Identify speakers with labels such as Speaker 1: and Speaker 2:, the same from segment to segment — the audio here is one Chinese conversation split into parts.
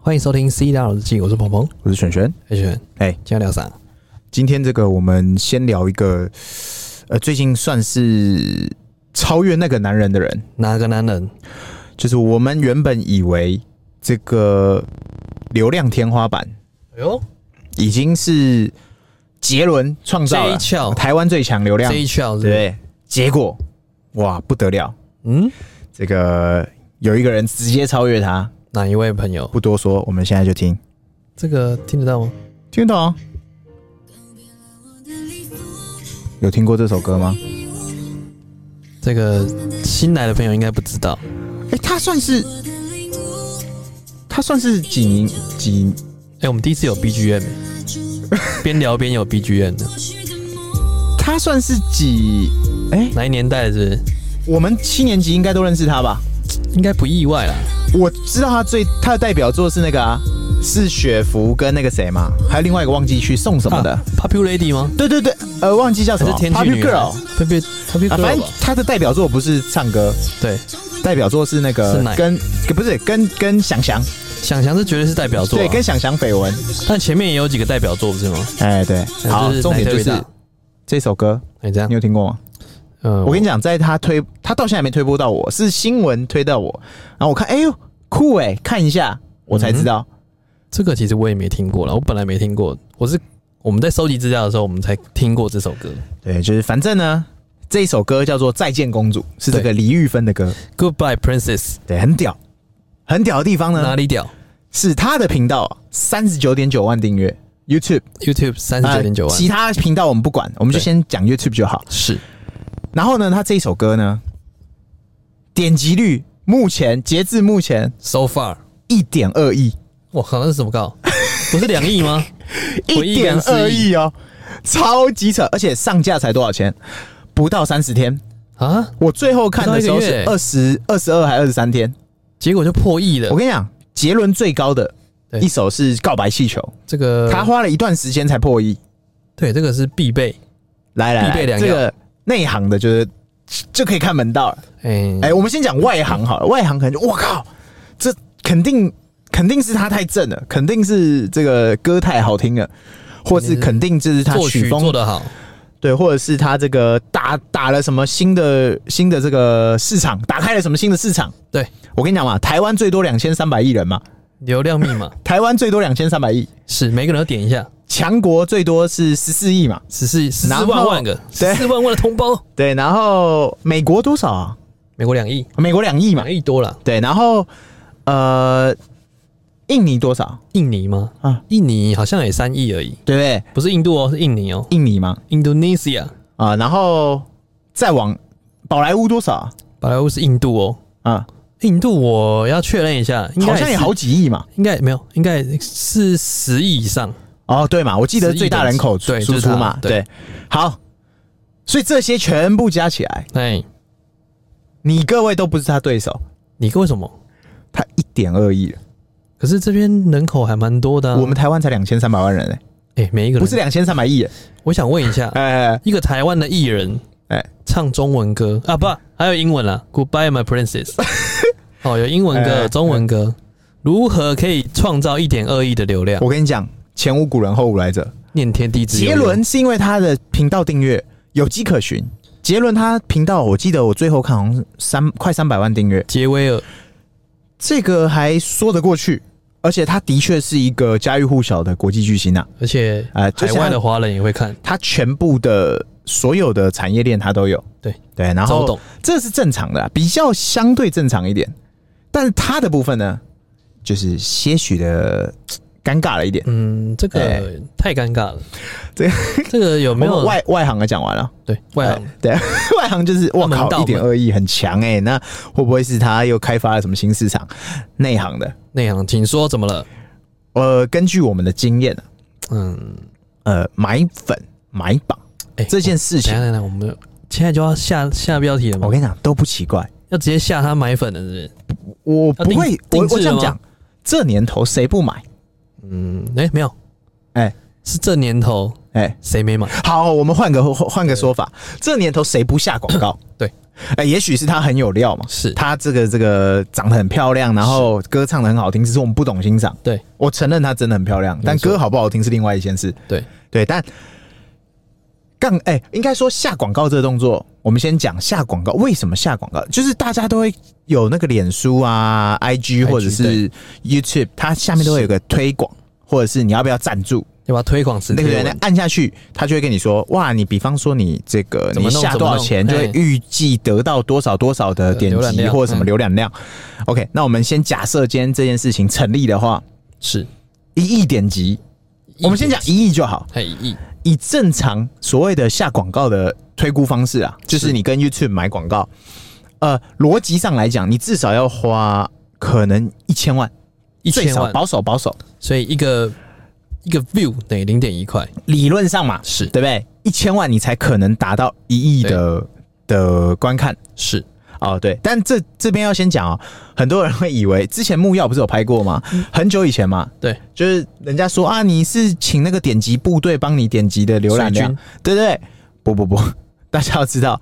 Speaker 1: 欢迎收听《C 大佬日记》，我是鹏鹏，
Speaker 2: 我是璇璇。
Speaker 1: 黑轩，
Speaker 2: 哎
Speaker 1: 今天要聊啥？
Speaker 2: 今天这个我们先聊一个，呃，最近算是超越那个男人的人，
Speaker 1: 哪个男人？
Speaker 2: 就是我们原本以为这个流量天花板
Speaker 1: 哎呦，
Speaker 2: 已经是杰伦创造
Speaker 1: 这一
Speaker 2: 了
Speaker 1: 翘，
Speaker 2: 台湾最强流量
Speaker 1: 这，一翘，是不是，
Speaker 2: 对，结果哇不得了，
Speaker 1: 嗯，
Speaker 2: 这个有一个人直接超越他，
Speaker 1: 哪一位朋友？
Speaker 2: 不多说，我们现在就听，
Speaker 1: 这个听得到吗？
Speaker 2: 听得懂啊？有听过这首歌吗？
Speaker 1: 这个新来的朋友应该不知道，
Speaker 2: 哎、他算是，他算是几年几？
Speaker 1: 哎、我们第一次有 BGM，边聊边有 BGM 的，
Speaker 2: 他算是几？哎、
Speaker 1: 哪一年代的是不是？
Speaker 2: 我们七年级应该都认识他吧？
Speaker 1: 应该不意外啦。
Speaker 2: 我知道他最他的代表作是那个啊，是雪芙跟那个谁嘛，还有另外一个忘记去送什么的。
Speaker 1: 啊 p o p u Lady 吗？
Speaker 2: 对对对，呃，忘记叫什
Speaker 1: 还
Speaker 2: 么
Speaker 1: 是天气
Speaker 2: Puppy
Speaker 1: 女
Speaker 2: Girl
Speaker 1: 孩。？Puppy Puppy
Speaker 2: 啊，反
Speaker 1: Girl
Speaker 2: 正
Speaker 1: 吧？
Speaker 2: 他的代表作不是唱歌，
Speaker 1: 对，
Speaker 2: 代表作是那
Speaker 1: 是
Speaker 2: 个
Speaker 1: 哪
Speaker 2: 跟不是跟跟想想，
Speaker 1: 想想这绝对是代表作、
Speaker 2: 对，
Speaker 1: 啊，
Speaker 2: 跟想想绯闻，
Speaker 1: 但前面也有几个代表作不是吗？
Speaker 2: 哎对，好，重点就是这首歌，
Speaker 1: 你哎这样
Speaker 2: 你，有听过吗？
Speaker 1: 嗯，
Speaker 2: 我跟你讲，在他推，他到现在还没推播到我，是新闻推到我，然后我看，哎呦，酷哎、看一下，我才知
Speaker 1: 嗯
Speaker 2: 道，
Speaker 1: 这个其实我也没听过了，我本来没听过，我是我们在收集资料的时候，我们才听过这首歌
Speaker 2: 对，就是反正呢，这一首歌叫做《再见公主》，是这个李玉芬的歌，
Speaker 1: ，Goodbye Princess，
Speaker 2: 对，很屌，很屌的地方呢
Speaker 1: 哪，里屌
Speaker 2: 是他的频道三十九点九万订阅，YouTube
Speaker 1: ？YouTube 三十
Speaker 2: 呃
Speaker 1: 九点九万，
Speaker 2: 其他频道我们不管，我们就
Speaker 1: 对
Speaker 2: 先讲 YouTube 就好。
Speaker 1: 是
Speaker 2: 然后呢，他这一首歌呢，点击率目前截至目前
Speaker 1: So far，
Speaker 2: 一点二亿。
Speaker 1: 我靠，那是什么 高？不是两亿吗？回忆
Speaker 2: 一
Speaker 1: 跟
Speaker 2: 点
Speaker 1: 失
Speaker 2: 二
Speaker 1: 忆
Speaker 2: 亿哦，超级扯！而且上架才多少钱？不到三十天，
Speaker 1: 啊，
Speaker 2: 我最后看的时候
Speaker 1: 不到一
Speaker 2: 是
Speaker 1: 个
Speaker 2: 二十二十二还二十三天。
Speaker 1: 结果就破亿了
Speaker 2: 我。跟你讲，杰伦最高的
Speaker 1: 对
Speaker 2: 一首是《告白气球
Speaker 1: 这个》，
Speaker 2: 他花了一段时间才破亿。
Speaker 1: 对这个是必备，
Speaker 2: 来来
Speaker 1: 必备
Speaker 2: 来，
Speaker 1: 良
Speaker 2: 这
Speaker 1: 药
Speaker 2: 个内行的就是就可以看门道了。
Speaker 1: 哎
Speaker 2: 哎，我们先讲外行好了，外行可能就我靠，这肯定肯定是他太正了，肯定是这个歌太好听了，或是肯定这是他
Speaker 1: 嗯作
Speaker 2: 曲
Speaker 1: 曲
Speaker 2: 风
Speaker 1: 做得好，
Speaker 2: 对，或者是他这个打打了什么新的新的这个市场，打开了什么新的市场？
Speaker 1: 对，
Speaker 2: 我跟你讲嘛，台湾最多两千三百亿人嘛，
Speaker 1: 流量密 码
Speaker 2: 台湾最多两千三百亿，
Speaker 1: 是每个人都点一下，
Speaker 2: 强国最多是十四亿嘛，
Speaker 1: 只是十
Speaker 2: 然
Speaker 1: 四
Speaker 2: 后
Speaker 1: 万万个，十
Speaker 2: 对
Speaker 1: 四万万的同胞，
Speaker 2: 对，然后美国多少啊？
Speaker 1: 美国两亿，
Speaker 2: 美国两亿嘛
Speaker 1: 两，亿多了，
Speaker 2: 对，然后呃，印尼多少？
Speaker 1: 印尼吗？
Speaker 2: 啊，
Speaker 1: 印尼好像也三亿而已，
Speaker 2: 对不对？
Speaker 1: 不是印度哦，是印尼哦
Speaker 2: 印尼嘛，
Speaker 1: ，Indonesia。
Speaker 2: 啊、然后再往宝莱坞多少啊
Speaker 1: 宝莱坞是印度哦，
Speaker 2: 啊？
Speaker 1: 印度我要确认一下，应该
Speaker 2: 好像也
Speaker 1: 是
Speaker 2: 好，几亿嘛。
Speaker 1: 应该没有，应该是十亿以上。
Speaker 2: 哦，对嘛，我记得最大人口
Speaker 1: 十亿人口
Speaker 2: 输
Speaker 1: 对
Speaker 2: 出嘛，
Speaker 1: 就是它对
Speaker 2: 对，好，所以这些全部加起来，
Speaker 1: 哎，
Speaker 2: 你各位都不是他对手，
Speaker 1: 你为什么？
Speaker 2: 他一点二亿了，
Speaker 1: 可是这边人口还蛮多的啊、
Speaker 2: 我们台湾才两千三百万人、欸，
Speaker 1: 哎，每一个人
Speaker 2: 不是，两千三百亿欸，
Speaker 1: 我想问一下，
Speaker 2: 哎、
Speaker 1: 一个台湾的艺人，
Speaker 2: 哎
Speaker 1: 唱中文歌啊，不，还有英文啦，Goodbye My Princess，哦，有英文歌、
Speaker 2: 哎
Speaker 1: 中文歌，如何可以创造一点二亿的流量？
Speaker 2: 我跟你讲，前无古人后无来者，
Speaker 1: 念天地之
Speaker 2: 杰伦是因为他的频道订阅有迹可循，杰伦他频道我记得我最后看好像是三快三百万订阅，
Speaker 1: 杰威尔，
Speaker 2: 这个还说得过去，而且他的确是一个家喻户晓的国际巨星啊，
Speaker 1: 而且
Speaker 2: 哎就
Speaker 1: 海
Speaker 2: 像
Speaker 1: 外的华人也会看，
Speaker 2: 他全部的所有的产业链他都有。
Speaker 1: 对
Speaker 2: 对，然
Speaker 1: 周
Speaker 2: 后
Speaker 1: 董
Speaker 2: 这是正常的啊、比较相对正常一点。但是他的部分呢，就是些许的嘖尴尬了一点。
Speaker 1: 嗯，这个、
Speaker 2: 哎
Speaker 1: 太尴尬了。
Speaker 2: 这个
Speaker 1: 这个有没
Speaker 2: 我
Speaker 1: 有
Speaker 2: 们外外行的啊讲完了，
Speaker 1: 对外行
Speaker 2: 哎对外行就是我
Speaker 1: 门
Speaker 2: 靠
Speaker 1: 道
Speaker 2: 一点二亿很强哎、那会不会是他又开发了什么新市场？内行的，
Speaker 1: 内行，请说怎么了？
Speaker 2: 呃，根据我们的经验啊，
Speaker 1: 嗯，
Speaker 2: 呃，买粉买榜
Speaker 1: 哎、
Speaker 2: 这件事
Speaker 1: 我等一
Speaker 2: 情，
Speaker 1: 下等一下，我们现在就要下下标题了吗
Speaker 2: 我？跟你讲都不奇怪。
Speaker 1: 要直接下他买粉了，是不是？
Speaker 2: 我
Speaker 1: 要
Speaker 2: 不
Speaker 1: 定
Speaker 2: 会，我
Speaker 1: 定制
Speaker 2: 我这样
Speaker 1: 了吗
Speaker 2: 讲，这年头谁不买？
Speaker 1: 嗯，哎、没有，
Speaker 2: 哎
Speaker 1: 是这年头
Speaker 2: 哎、
Speaker 1: 谁没买？
Speaker 2: 好，我们换个换换个说法，这年头谁不下广告？
Speaker 1: 对，
Speaker 2: 哎、也许是她很有料嘛，
Speaker 1: 是
Speaker 2: 她这个这个长得很漂亮，然后歌唱的很好听，只是我们不懂欣赏。
Speaker 1: 对
Speaker 2: 我承认她真的很漂亮，但
Speaker 1: 没错
Speaker 2: 歌好不好听是另外一件事。
Speaker 1: 对，
Speaker 2: 对，但杠哎、应该说下广告这个动作，我们先讲下广告。为什么下广告？就是大家都会有那个脸书啊、IG 或者是 YouTube，它下面都会有个推广，或者是你要不要赞助？
Speaker 1: 要把推广词
Speaker 2: 那个人按下去，他就会跟你说：“哇，你比方说你这个
Speaker 1: 怎
Speaker 2: 你
Speaker 1: 么弄
Speaker 2: 下
Speaker 1: 怎
Speaker 2: 多
Speaker 1: 么
Speaker 2: 少
Speaker 1: 弄
Speaker 2: 钱，就会
Speaker 1: 嘿
Speaker 2: 预计得到多少多少的
Speaker 1: 呃
Speaker 2: 点
Speaker 1: 浏览
Speaker 2: 击
Speaker 1: 量
Speaker 2: 或者什么
Speaker 1: 嗯
Speaker 2: 浏览量。”OK，那我们先假设今天这件事情成立的话，
Speaker 1: 是，
Speaker 2: 一亿点击，我们先讲一亿就好。
Speaker 1: 嘿一
Speaker 2: 以正常所谓的下广告的推估方式啊，就是
Speaker 1: 是
Speaker 2: 你跟 YouTube 买广告，呃，逻辑上来讲，你至少要花可能一千万，
Speaker 1: 一
Speaker 2: 最
Speaker 1: 千
Speaker 2: 少
Speaker 1: 万，
Speaker 2: 保守保守，
Speaker 1: 所以一个一个 view 等于零点一块，
Speaker 2: 理论上嘛，
Speaker 1: 是
Speaker 2: 对不对？一千万你才可能达到一亿的的观看
Speaker 1: 是
Speaker 2: 哦，对。但这这边要先讲哦，很多人会以为之前木曜不是有拍过吗？很久以前嘛，
Speaker 1: 嗯对，
Speaker 2: 就是人家说啊，你是请那个点击部队帮你点击的浏览
Speaker 1: 水
Speaker 2: 量
Speaker 1: 军，
Speaker 2: 对对对，不不不， 大家要知道，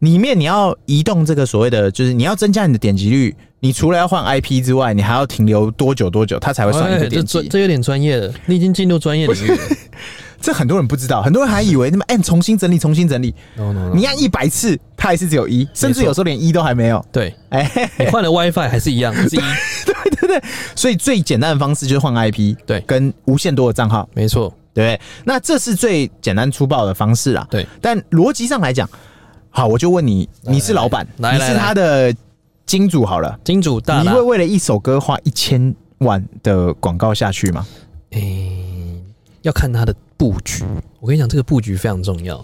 Speaker 2: 里面你要移动这个所谓的，就是你要增加你的点击率，你除了要换 IP 之外，你还要停留多久多久，它才会算一个
Speaker 1: 哎这
Speaker 2: 点击、
Speaker 1: 专这有点专业了，你已经进入专业领域了。
Speaker 2: 这很多人不知道，很多人还以为那么按重新整理，重新整理，
Speaker 1: no no no，
Speaker 2: 你按一百次，它还是只有一，甚至有时候连一都还没有。
Speaker 1: 对
Speaker 2: 哎、嘿
Speaker 1: 你换了 WiFi 还是一 样，是一，
Speaker 2: 所以最简单的方式就是换 IP，
Speaker 1: 对
Speaker 2: 跟无限多的账号，
Speaker 1: 没错，
Speaker 2: 对不对？那这是最简单粗暴的方式啦。
Speaker 1: 对，
Speaker 2: 但逻辑上来讲，好，我就问你，你是老板，
Speaker 1: 来
Speaker 2: 你
Speaker 1: 来
Speaker 2: 是他的金主好了，
Speaker 1: 金主大
Speaker 2: 你
Speaker 1: 大
Speaker 2: 会，为了一首歌花一千万的广告下去吗？
Speaker 1: 诶，要看它的布局。我跟你讲，这个布局非常重要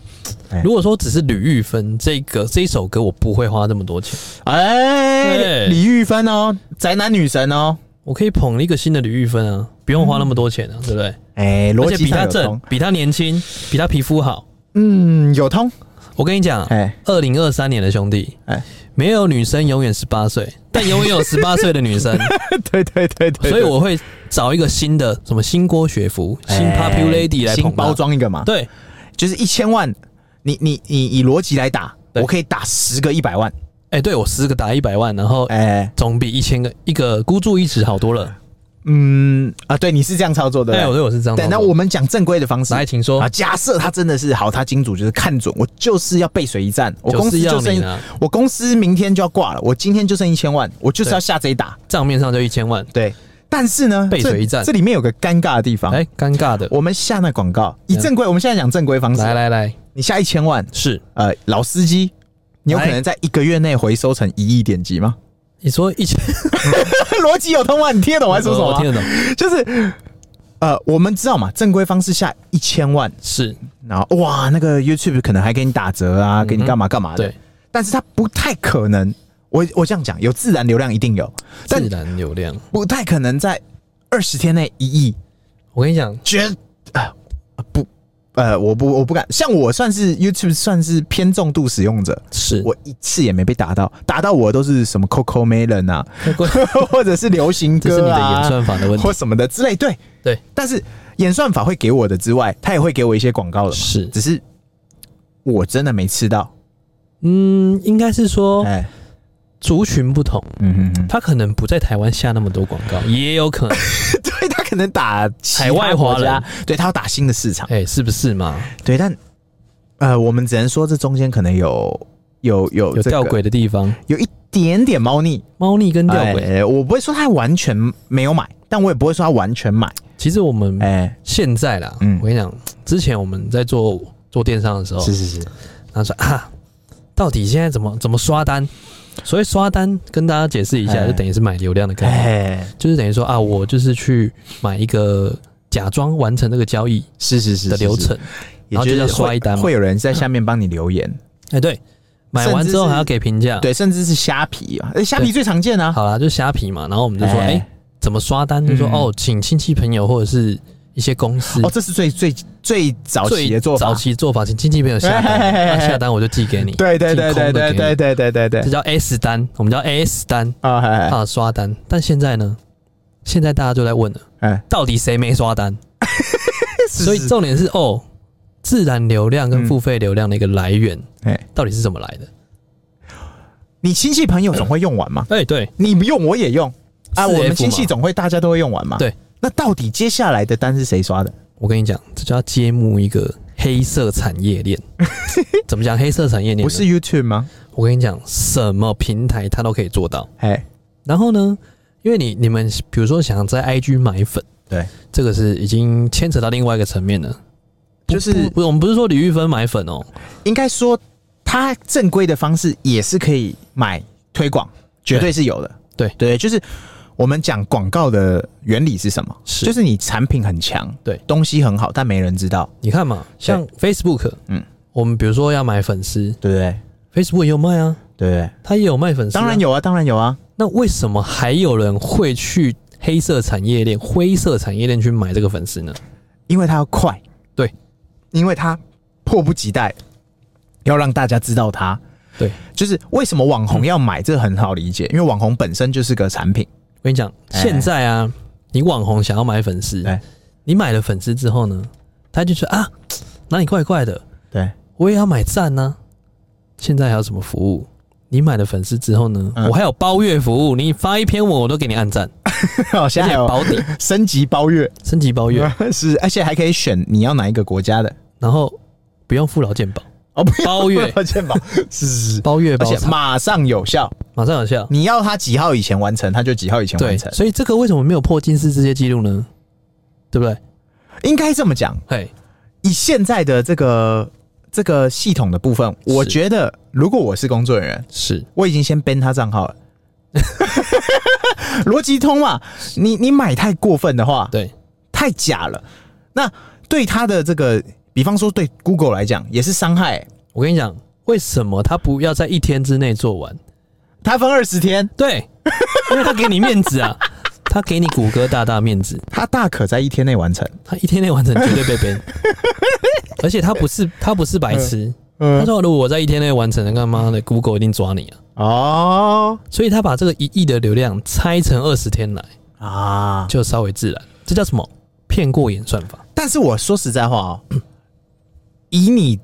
Speaker 2: 哎。
Speaker 1: 如果说只是吕玉芬这个这一首歌，我不会花这么多钱，
Speaker 2: 哎，
Speaker 1: 对
Speaker 2: 李玉芬哦，宅男女神哦，
Speaker 1: 我可以捧一个新的吕玉芬啊，不用花那么多钱啊，对不对？
Speaker 2: 哎，逻
Speaker 1: 而且
Speaker 2: 辑
Speaker 1: 比
Speaker 2: 上
Speaker 1: 他
Speaker 2: 有
Speaker 1: 正
Speaker 2: 通，，
Speaker 1: 比他年轻，比他皮肤好。
Speaker 2: 嗯，有通，
Speaker 1: 我跟你讲，
Speaker 2: 哎，
Speaker 1: 二零二三年的兄弟，
Speaker 2: 哎
Speaker 1: 没有女生永远十八岁，但永远有十八岁的女生，
Speaker 2: 对对对对，
Speaker 1: 所以我会找一个新的什么新郭雪芙、新 Popu
Speaker 2: 哎
Speaker 1: Lady 来
Speaker 2: 新
Speaker 1: 捧她
Speaker 2: 包。装一个嘛，
Speaker 1: 对，
Speaker 2: 就是一千万，你你你以逻辑来打，
Speaker 1: 对
Speaker 2: 我可以打十个一百万，
Speaker 1: 哎，对我十个打一百万，然后
Speaker 2: 哎，
Speaker 1: 总比一千个一个孤注一掷好多了。
Speaker 2: 嗯啊，对，你是这样操作的，
Speaker 1: 哎，我对
Speaker 2: 对
Speaker 1: 我是这样
Speaker 2: 对，
Speaker 1: 操作。
Speaker 2: 那我们讲正规的方式。
Speaker 1: 来，请说
Speaker 2: 啊，，假设他真的是好，他金主就是看准我，就是要背水一战，我公司
Speaker 1: 就是
Speaker 2: 就
Speaker 1: 要你
Speaker 2: 剩
Speaker 1: 啊，
Speaker 2: 我公司明天就要挂了，我今天就剩一千万，我就是要下这一打。
Speaker 1: 账面上就一千万。
Speaker 2: 对，但是呢，
Speaker 1: 背水一战
Speaker 2: 这这里面有个尴尬的地方。
Speaker 1: 哎，尴尬的，
Speaker 2: 啊我们下那广告，以正规，我们现在讲正规方式。
Speaker 1: 来，来来，
Speaker 2: 你下一千万，
Speaker 1: 是
Speaker 2: 呃，老司机，你有可
Speaker 1: 来
Speaker 2: 能在一个月内回收成一亿点击吗？
Speaker 1: 你说一千，
Speaker 2: 逻辑有通吗？你听哦得懂我在说什么
Speaker 1: 我听得
Speaker 2: 吗？
Speaker 1: 懂，
Speaker 2: 就是，呃，我们知道嘛，正规方式下一千万，
Speaker 1: 是
Speaker 2: 然后哇，那个 YouTube 可能还给你打折啊，给你干嘛干嘛的。
Speaker 1: 对，
Speaker 2: 但是它不太可能。我我这样讲，有自然流量一定有，但
Speaker 1: 自然流量。
Speaker 2: 不太可能在二十天内一亿，
Speaker 1: 我跟你讲，
Speaker 2: 绝啊不呃，我不我不敢，像我算是 YouTube 算是偏重度使用者，
Speaker 1: 是
Speaker 2: 我一次也没被打到，打到我都是什么 Coco Melon 啊，
Speaker 1: 这
Speaker 2: 或者是流行
Speaker 1: 是你
Speaker 2: 歌
Speaker 1: 的
Speaker 2: 啊，
Speaker 1: 演算法的问题
Speaker 2: 或。什么的之类，对
Speaker 1: 对，
Speaker 2: 但是演算法会给我的之外，它也会给我一些广告的嘛，
Speaker 1: 是，
Speaker 2: 只是我真的没吃到，
Speaker 1: 嗯，应该是说
Speaker 2: 哎，
Speaker 1: 族群不同，
Speaker 2: 嗯嗯嗯，
Speaker 1: 他可能不在台湾下那么多广告，也有可能，
Speaker 2: 对他可能打其他
Speaker 1: 海外华
Speaker 2: 国家
Speaker 1: 人，
Speaker 2: 对他要打新的市场。
Speaker 1: 哎、是不是嘛？
Speaker 2: 对，但呃，我们只能说这中间可能有有有、
Speaker 1: 有
Speaker 2: 这个
Speaker 1: 吊诡的地方，
Speaker 2: 有一点点猫腻。
Speaker 1: 猫腻跟吊诡。
Speaker 2: 哎我不会说他完全没有买，但我也不会说他完全买。
Speaker 1: 其实我们
Speaker 2: 哎、
Speaker 1: 现在啦，
Speaker 2: 嗯
Speaker 1: 我跟你讲，之前我们在做做电商的时候，
Speaker 2: 是是是，
Speaker 1: 然后说啊，到底现在怎么怎么刷单？所谓刷单，跟大家解释一下，
Speaker 2: 哎
Speaker 1: 就等于是买流量的概念，
Speaker 2: 哎、
Speaker 1: 就是等于说啊，我就是去买一个假装完成这个交易
Speaker 2: 是是是
Speaker 1: 的流，程。
Speaker 2: 也
Speaker 1: 然后
Speaker 2: 就
Speaker 1: 就是要刷
Speaker 2: 会
Speaker 1: 一单嘛
Speaker 2: 会有人在下面帮你留言，
Speaker 1: 哎、对，买完之后还要给评价。
Speaker 2: 对，甚至是虾皮啊，哎虾皮
Speaker 1: 嗯对
Speaker 2: 最常见啊。
Speaker 1: 好啦，就虾皮嘛，然后我们就说，
Speaker 2: 哎
Speaker 1: 哎、怎么刷单？就说、
Speaker 2: 嗯
Speaker 1: 哦，请亲戚朋友或者是一些公司。
Speaker 2: 哦，这是最最最早
Speaker 1: 最
Speaker 2: 期的做法，
Speaker 1: 早期做法，请亲戚朋友下单，
Speaker 2: 哎哎哎哎
Speaker 1: 那下单我就寄给你。
Speaker 2: 对对对
Speaker 1: 寄空的
Speaker 2: 对对
Speaker 1: 给你
Speaker 2: 对对对对对
Speaker 1: 这叫 S 单，我们叫 S 单
Speaker 2: 啊，哎
Speaker 1: 啊，刷单。但现在呢，现在大家就在问了，
Speaker 2: 哎，
Speaker 1: 到底谁没刷单？所以
Speaker 2: 是
Speaker 1: 重点是哦，自然流量跟
Speaker 2: 嗯
Speaker 1: 付费流量的一个来源
Speaker 2: 哎
Speaker 1: 到底是怎么来的？
Speaker 2: 你亲戚朋友总会用完嘛，
Speaker 1: 哎、对，
Speaker 2: 你不用我也用啊，
Speaker 1: 4F
Speaker 2: 我们亲戚
Speaker 1: 嘛
Speaker 2: 总会大家都会用完嘛。
Speaker 1: 对，
Speaker 2: 那到底接下来的单是谁刷的？
Speaker 1: 我跟你讲，这叫揭幕一个黑色产业 链。怎么讲黑色产业链？
Speaker 2: 不是，YouTube 吗？
Speaker 1: 我跟你讲，什么平台它都可以做到。
Speaker 2: 哎，
Speaker 1: 然后呢，因为你你们比如说想在 IG 买粉，
Speaker 2: 对，
Speaker 1: 这个是已经牵扯到另外一个层面了。不
Speaker 2: 就是
Speaker 1: 不不我们不是说李玉芬买粉哦、
Speaker 2: 应该说它正规的方式也是可以买推广，绝对是有的。
Speaker 1: 对
Speaker 2: 对，就是我们讲广告的原理是什么？
Speaker 1: 是
Speaker 2: 就是你产品很强，
Speaker 1: 对
Speaker 2: 东西很好，但没人知道，
Speaker 1: 你看嘛，像 Facebook，
Speaker 2: 嗯
Speaker 1: 嗯，我们比如说要买粉丝
Speaker 2: 对不对？
Speaker 1: ，Facebook 也有卖啊，
Speaker 2: 对不对？
Speaker 1: 它也有卖粉丝、
Speaker 2: 当然
Speaker 1: 有。
Speaker 2: 有啊，当然有啊。
Speaker 1: 那为什么还有人会去黑色产业链、灰色产业链去买这个粉丝呢？
Speaker 2: 因为它要快，
Speaker 1: 对，
Speaker 2: 因为它迫不及待要让大家知道它。
Speaker 1: 对，
Speaker 2: 就是为什么网红要买，这很好理解，因为网红本身就是个产品。
Speaker 1: 我跟你讲，
Speaker 2: 哎
Speaker 1: 现在啊，你网红想要买粉丝
Speaker 2: 哎，
Speaker 1: 你买了粉丝之后呢，他就说啊，哪里怪怪的，
Speaker 2: 对，
Speaker 1: 我也要买赞呢、现在还有什么服务？你买了粉丝之后呢，
Speaker 2: 嗯
Speaker 1: 我还有包月服务，你发一篇文我都给你按赞，
Speaker 2: 好，
Speaker 1: 而
Speaker 2: 现在
Speaker 1: 且
Speaker 2: 还有
Speaker 1: 保底
Speaker 2: 升级包月，
Speaker 1: 升级包月，
Speaker 2: 是，而且还可以选你要哪一个国家的
Speaker 1: 然后不用付劳健保，
Speaker 2: 哦，不要
Speaker 1: 包 月
Speaker 2: 健保，是是是，
Speaker 1: 包月
Speaker 2: 而
Speaker 1: 包
Speaker 2: 且
Speaker 1: 产
Speaker 2: 马上有效，
Speaker 1: 马上有效。
Speaker 2: 你要它几号以前完成，它就几号以前
Speaker 1: 对，
Speaker 2: 完成。
Speaker 1: 所以这个为什么没有破金氏世界纪录呢？对不对？
Speaker 2: 应该这么讲，
Speaker 1: 嘿，
Speaker 2: 以现在的这个这个系统的部分，我
Speaker 1: 是
Speaker 2: 觉得如果我是工作人员，
Speaker 1: 是
Speaker 2: 我已经先 ban 他账号了。逻辑通嘛，你你买太过分的话，
Speaker 1: 对，
Speaker 2: 太假了。那对他的这个，比方说对 Google 来讲也是伤害、
Speaker 1: 我跟你讲，为什么他不要在一天之内做完？
Speaker 2: 他分二十天，
Speaker 1: 对， 因为他给你面子啊，他给你谷歌大大面子，
Speaker 2: 他大可在一天内完成。
Speaker 1: 他一天内完成绝对被 ban，而且他不是他不是白痴，他
Speaker 2: 嗯，
Speaker 1: 说如果我在一天内完成了，干嘛的 Google 一定抓你啊！
Speaker 2: 哦
Speaker 1: 所以他把这个一亿的流量拆成二十天来，
Speaker 2: 啊，
Speaker 1: 就稍微自然，这叫什么？骗过演算法。
Speaker 2: 但是我说实在话哦， 以你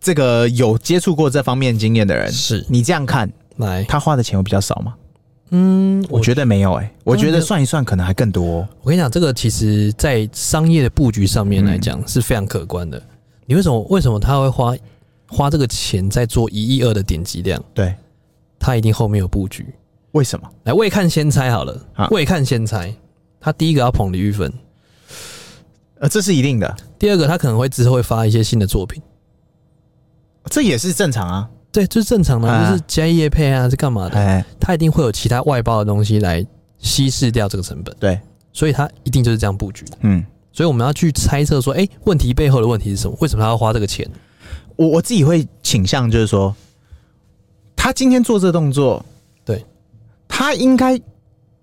Speaker 2: 这个有接触过这方面经验的人，
Speaker 1: 是
Speaker 2: 你这样看，
Speaker 1: 来，
Speaker 2: 他花的钱会比较少吗？
Speaker 1: 嗯，
Speaker 2: 我觉得没有、欸，哎，我觉
Speaker 1: 没
Speaker 2: 得
Speaker 1: 有
Speaker 2: 算一算可能还更多哦、
Speaker 1: 我跟你讲，这个其实在商业的布局上面来
Speaker 2: 嗯
Speaker 1: 讲是非常可观的。你为什么为什么他会花花这个钱在做一亿二的点击量？
Speaker 2: 对，
Speaker 1: 他一定后面有布局。
Speaker 2: 为什么？
Speaker 1: 来，未看先猜好了
Speaker 2: 好，
Speaker 1: 未看先猜。他第一个要捧李玉芬，
Speaker 2: 呃，这是一定的，
Speaker 1: 第二个他可能会之后会发一些新的作品，
Speaker 2: 这也是正常啊。
Speaker 1: 对，这是正常的，
Speaker 2: 啊
Speaker 1: 就是加业配啊，是干嘛的？
Speaker 2: 哎，
Speaker 1: 他一定会有其他外包的东西来稀释掉这个成本，
Speaker 2: 对，
Speaker 1: 所以他一定就是这样布局的。
Speaker 2: 嗯，
Speaker 1: 所以我们要去猜测说，哎、问题背后的问题是什么？为什么他要花这个钱？
Speaker 2: 我我自己会倾向就是说，他今天做这动作，
Speaker 1: 对
Speaker 2: 他应该，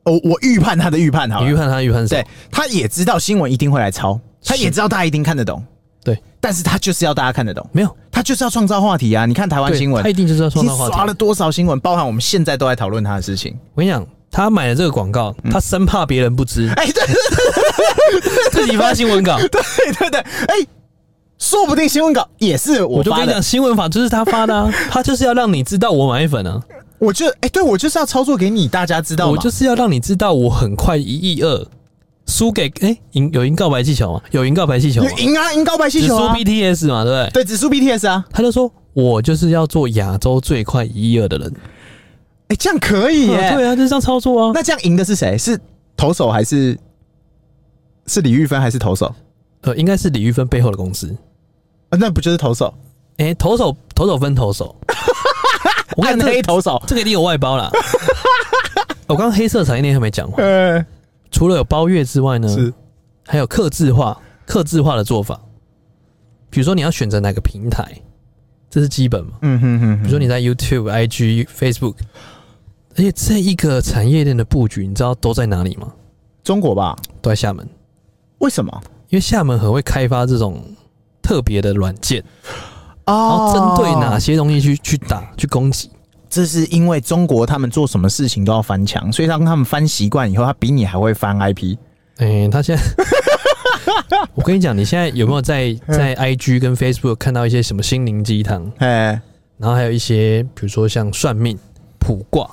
Speaker 2: 哦，我预判他的预判好
Speaker 1: 你预
Speaker 2: 了，
Speaker 1: 判他预判什么
Speaker 2: 对？，他也知道新闻一定会来抄，他也
Speaker 1: 是
Speaker 2: 知道大家一定看得懂，
Speaker 1: 对，
Speaker 2: 但是他就是要大家看得懂，
Speaker 1: 没有，
Speaker 2: 他就是要创造话题啊！你看台湾
Speaker 1: 对
Speaker 2: 新闻
Speaker 1: 他，一定就是要
Speaker 2: 已
Speaker 1: 创
Speaker 2: 经
Speaker 1: 造话
Speaker 2: 刷了
Speaker 1: 题。
Speaker 2: 多少新闻，包含我们现在都在讨论他的事情。
Speaker 1: 我跟你讲，他买了这个广告，
Speaker 2: 嗯
Speaker 1: 他生怕别人不 知，
Speaker 2: 哎，对
Speaker 1: 自己发新闻稿。
Speaker 2: 对对对，哎，说不定新闻稿也是我
Speaker 1: 我就跟
Speaker 2: 发
Speaker 1: 你
Speaker 2: 的
Speaker 1: 讲，，新闻法就是他发的 啊，他就是要让你知道我买粉啊，
Speaker 2: 我就哎，对我就是要操作给你大家知道
Speaker 1: 我
Speaker 2: 嘛
Speaker 1: 就。是要让你知道我很快一亿二输给哎赢有赢告白气球吗？有赢告白气球吗？
Speaker 2: 赢啊，赢告白气
Speaker 1: 只输
Speaker 2: 球啊！
Speaker 1: BTS 嘛，对不对？
Speaker 2: 对，指数 BTS 啊，
Speaker 1: 他就说我就是要做亚洲最快一亿二的人，
Speaker 2: 哎、这样可以耶、
Speaker 1: 啊对啊，就是这样操作啊。
Speaker 2: 那这样赢的是谁？是投手还是是李玉芬还是投手？
Speaker 1: 呃，应该是李玉芬背后的公司。
Speaker 2: 啊、那不就是投手？
Speaker 1: 哎，投手投手分投 手，我跟
Speaker 2: 暗
Speaker 1: 你讲这
Speaker 2: 黑
Speaker 1: 个
Speaker 2: 投手。
Speaker 1: 这个一定有外包 啦。我刚刚黑色产业链还没讲完，
Speaker 2: 呃，
Speaker 1: 除了有包月之外呢，
Speaker 2: 是
Speaker 1: 还有刻字化、刻字化的做法。比如说你要选择哪个平台，这是基本嘛？
Speaker 2: 嗯哼哼
Speaker 1: 比
Speaker 2: 哼，
Speaker 1: 如说你在 YouTube、IG、Facebook，而且这一个产业链的布局，你知道都在哪里吗？
Speaker 2: 中国吧？
Speaker 1: 都在厦门，
Speaker 2: 为什么？
Speaker 1: 因为厦门很会开发这种特别的软件，
Speaker 2: 哦
Speaker 1: 然后针对哪？些东西去去打、去攻击。
Speaker 2: 这是因为中国他们做什么事情都要翻墙，所以让他们翻习惯以后，他比你还会翻 IP。
Speaker 1: 哎、他 现在，我跟你讲，你现在有没有在
Speaker 2: 嗯
Speaker 1: 在 IG 跟 Facebook 看到一些什么心灵鸡汤，
Speaker 2: 哎、
Speaker 1: 然后还有一些比如说像算命、普卦，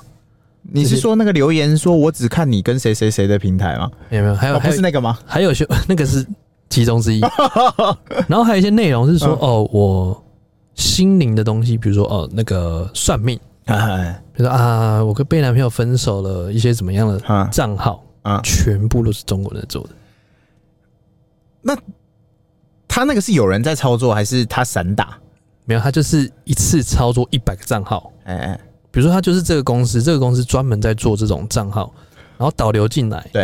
Speaker 2: 你是说那个留言说我只看你跟谁谁谁的平台吗？
Speaker 1: 有没有？还有、
Speaker 2: 哦，
Speaker 1: 还
Speaker 2: 不
Speaker 1: 有
Speaker 2: 是那 个吗？
Speaker 1: 还有些那个是其中之一，然后还有一些内容是说、
Speaker 2: 嗯
Speaker 1: 哦，我心灵的东西，比如说哦那个算命，
Speaker 2: 哎
Speaker 1: 比如说啊我跟被男朋友分手了，一些怎么样的
Speaker 2: 啊
Speaker 1: 账号，
Speaker 2: 啊！
Speaker 1: 全部都是中国人做的。
Speaker 2: 他那个是有人在操作，还是他散打？
Speaker 1: 没有，他就是一次操作一百个账号，
Speaker 2: 哎哎，
Speaker 1: 比如说他就是这个公司，这个公司专门在做这种账号，然后导流进来，
Speaker 2: 对，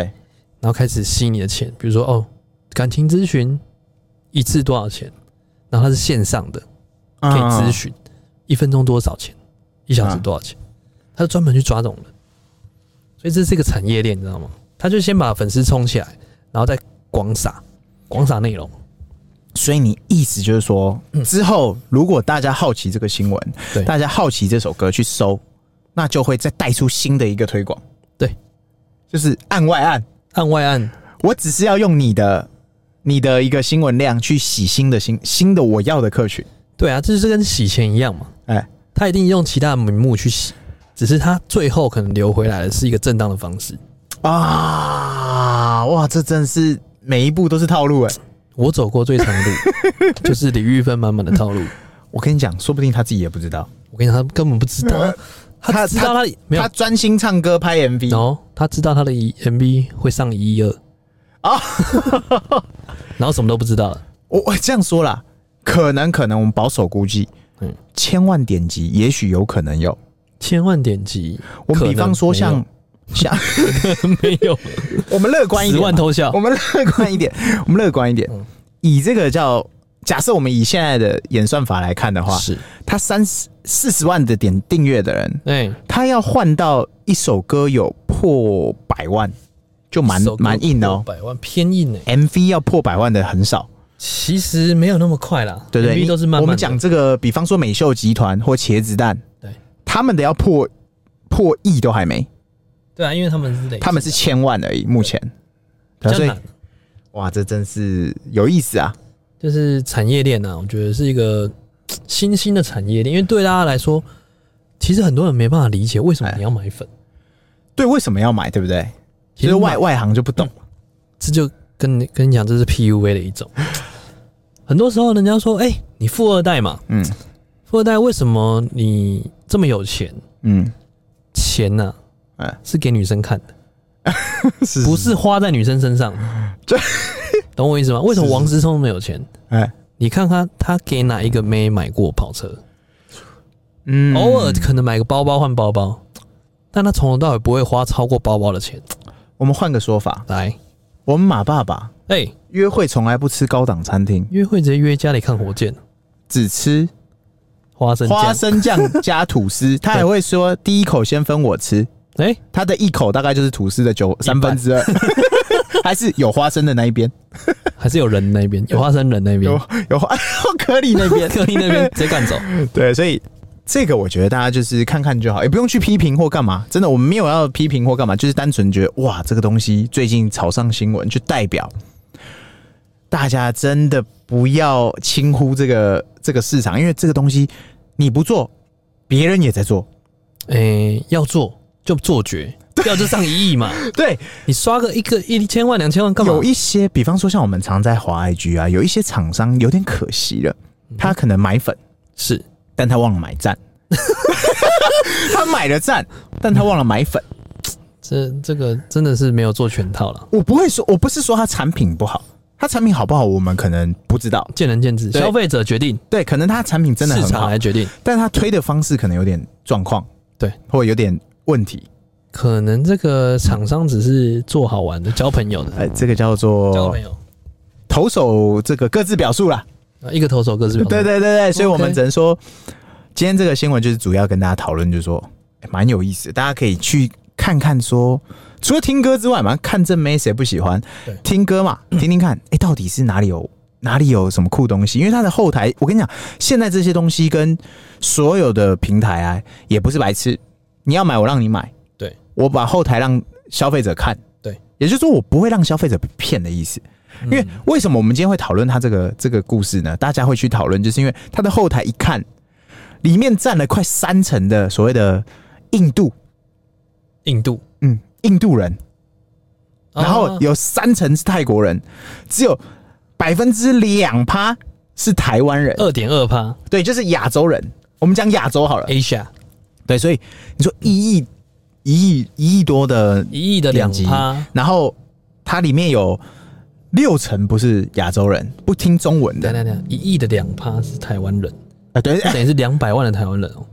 Speaker 1: 然后开始吸你的钱，比如说哦，感情咨询一次多少钱，然后它是线上的，
Speaker 2: 可
Speaker 1: 可以咨询，一分钟多少钱，一小时多少钱，他就专门去抓这种人，所以这是一个产业链，你知道吗？他就先把粉丝冲起来，然后再广撒广撒内容，
Speaker 2: 所以你意思就是说，之后如果大家好奇这个新闻，
Speaker 1: 对
Speaker 2: 大家好奇这首歌去搜，那就会再带出新的一个推广，
Speaker 1: 对，
Speaker 2: 就是案外案。
Speaker 1: 按外按
Speaker 2: 我只是要用你的你的一个新闻量去洗新的新新的我要的客群，
Speaker 1: 对啊，这就是跟洗钱一样嘛，
Speaker 2: 哎，
Speaker 1: 他一定用其他的名目去洗，只是他最后可能流回来的是一个正当的方式。
Speaker 2: 啊，哇，这真是每一步都是套路哎、
Speaker 1: 我走过最长的路， 就是李玉芬满满的套路。
Speaker 2: 我跟你讲，说不定他自己也不知道，
Speaker 1: 我跟你讲，他根本不知道，他
Speaker 2: 他哦
Speaker 1: 知道他的没有
Speaker 2: 他，专心唱歌拍 MV
Speaker 1: 然后他知道他的一 MV 会上一一二
Speaker 2: 啊，
Speaker 1: 然后什么都不知道了。
Speaker 2: 我我这样说啦，可能可能我们保守估计，
Speaker 1: 嗯
Speaker 2: 嗯，千万点击，也许有可能有。
Speaker 1: 千万点击，
Speaker 2: 我们
Speaker 1: 可
Speaker 2: 比
Speaker 1: 能
Speaker 2: 方说像像
Speaker 1: 没有
Speaker 2: 我们乐观一
Speaker 1: 十
Speaker 2: 点哦嘛，
Speaker 1: 万偷笑
Speaker 2: 我，们乐观一点，我们乐观一点
Speaker 1: 嗯，
Speaker 2: 以这个叫假设我们以现在的演算法来看的话，
Speaker 1: 是
Speaker 2: 他三十四十万的点订阅的人，
Speaker 1: 哎、
Speaker 2: 他要换到一首歌有破百万，就蛮
Speaker 1: 手
Speaker 2: 蛮硬的
Speaker 1: 过
Speaker 2: 哦。
Speaker 1: 百万偏硬哎、
Speaker 2: MV 要破百万的很少，
Speaker 1: 其实没有那么快啦，
Speaker 2: 对不对？
Speaker 1: MV
Speaker 2: 你
Speaker 1: 都是慢慢的
Speaker 2: 我们讲这个，比方说美秀集团或茄子蛋，
Speaker 1: 对
Speaker 2: 他们的要破破亿都还没，
Speaker 1: 对啊，因为他们是累积的
Speaker 2: 他们是千万而已，目前。
Speaker 1: 比
Speaker 2: 对啊
Speaker 1: 较
Speaker 2: 所以
Speaker 1: 难，
Speaker 2: 哇，这真是有意思啊！
Speaker 1: 就是产业链啊，我觉得是一个新兴的产业链，因为对大家来说，其实很多人没办法理解为什么
Speaker 2: 哎
Speaker 1: 你要买粉，
Speaker 2: 对，为什么要买？对不对？
Speaker 1: 其
Speaker 2: 其
Speaker 1: 实
Speaker 2: 实
Speaker 1: 买
Speaker 2: 外外行就不懂。
Speaker 1: 这就跟你跟你讲，这是 PUA 的一种。很多时候人家说，哎、你富二代嘛，
Speaker 2: 嗯
Speaker 1: 富二代为什么你这么有钱？
Speaker 2: 嗯，
Speaker 1: 钱呐、
Speaker 2: 哎
Speaker 1: 是给女生看的，
Speaker 2: 是
Speaker 1: 不 是花在女生身 上。
Speaker 2: 这，
Speaker 1: 懂我意思吗？为什么
Speaker 2: 是是
Speaker 1: 王思聪那么有钱？
Speaker 2: 哎
Speaker 1: 你看他，他给哪一个妹买过跑车？
Speaker 2: 嗯
Speaker 1: 偶尔可能买个包包换包包，但他从头到尾不会花超过包包的钱。
Speaker 2: 我们换个说法，
Speaker 1: 来，
Speaker 2: 我们马爸爸
Speaker 1: 哎、
Speaker 2: 约会从来不吃高档餐厅，
Speaker 1: 约会直接约家里看火箭，
Speaker 2: 只吃
Speaker 1: 花生
Speaker 2: 花
Speaker 1: 酱。
Speaker 2: 生酱加 吐司。他还会说第一口先分我吃，
Speaker 1: 哎、
Speaker 2: 他的一口大概就是吐司的九三分 之二，还是有花生的那一边，
Speaker 1: 还是有人那边，有花生人那边
Speaker 2: 有， 有花颗粒那边。
Speaker 1: 客厅那边直接 干走。
Speaker 2: 对，所以这个我觉得大家就是看看就好，也不用去批评或干嘛。真的，我们没有要批评或干嘛，就是单纯觉得哇，这个东西最近炒上新闻，就代表大家真的不要轻忽这个这个市场，因为这个东西你不做，别人也在做。
Speaker 1: 哎、要做就做 绝，要就上一亿嘛。
Speaker 2: 对，
Speaker 1: 你刷个一个一千万两千万干嘛？
Speaker 2: 有一些，比方说像我们常在华 IG 啊，有一些厂商有点可惜了，
Speaker 1: 嗯
Speaker 2: 他可能买粉，
Speaker 1: 是
Speaker 2: 但他忘了买 赞。他买了赞，但他忘了买粉。
Speaker 1: 这这个真的是没有做全套了，
Speaker 2: 我不会说，我不是说它产品不好，它产品好不好，我们可能不知道。
Speaker 1: 见仁见智，
Speaker 2: 对
Speaker 1: 消费者决定，
Speaker 2: 对，可能它产品真的
Speaker 1: 市
Speaker 2: 很
Speaker 1: 场
Speaker 2: 好
Speaker 1: 来，决定。
Speaker 2: 但它推的方式可能有点状况，
Speaker 1: 对，
Speaker 2: 或有点问题。
Speaker 1: 可能这个厂商只是做好玩的，交朋友的，
Speaker 2: 哎，这个叫
Speaker 1: 交
Speaker 2: 做
Speaker 1: 朋友，啊
Speaker 2: 投手，这个各自表述啦。
Speaker 1: 一个投手各自表述
Speaker 2: 对对对对，所以我们
Speaker 1: OK
Speaker 2: 只能说，今天这个新闻就是主要跟大家讨论，就是说哎蛮有意思的，大家可以去看看说。除了听歌之外嘛，看正妹谁不喜欢
Speaker 1: 对？
Speaker 2: 听 歌嘛，听听看，哎、到底是哪里有哪里有什么酷东西？因为它的后台，我跟你讲，现在这些东西跟所有的平台啊，也不是白痴。你要买，我让你买，
Speaker 1: 对
Speaker 2: 我把后台让消费者看，
Speaker 1: 对，
Speaker 2: 也就是说，我不会让消费者被骗的意思。
Speaker 1: 嗯
Speaker 2: 因为为什么我们今天会讨论他这个这个故事呢？大家会去讨论，就是因为他的后台一看，里面占了快三成的所谓的印度，
Speaker 1: 印度，
Speaker 2: 嗯，印度人，然后
Speaker 1: 啊
Speaker 2: 有三成是泰国人，只有百分之两趴是台湾人，
Speaker 1: 二点二趴
Speaker 2: 对，就是亚洲人。我们讲亚洲好了，
Speaker 1: ，Asia
Speaker 2: 对，所以你说一亿、一亿、一亿多的
Speaker 1: 一亿的两
Speaker 2: 两集
Speaker 1: 趴，
Speaker 2: 然后它里面有六成不是亚洲人，不听中文的
Speaker 1: 等，等等，一亿的两趴是台湾人，
Speaker 2: 啊，对，哎
Speaker 1: 等于是两百万的台湾人哦，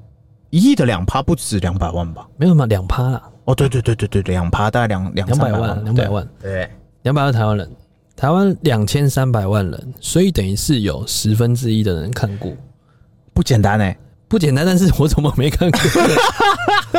Speaker 2: 一亿的两趴不止两百万吧？
Speaker 1: 没有嘛，两趴啦，
Speaker 2: 哦，对对对对对对，两趴大概两两
Speaker 1: 两
Speaker 2: 三
Speaker 1: 百
Speaker 2: 万
Speaker 1: 万，
Speaker 2: 吧，
Speaker 1: 两百万，
Speaker 2: 对，对，
Speaker 1: 两百万台湾人，台湾两千三百万人，所以等于是有十分之一的人看过，
Speaker 2: 不简单哎、
Speaker 1: 不简单，但是我怎么没看 过？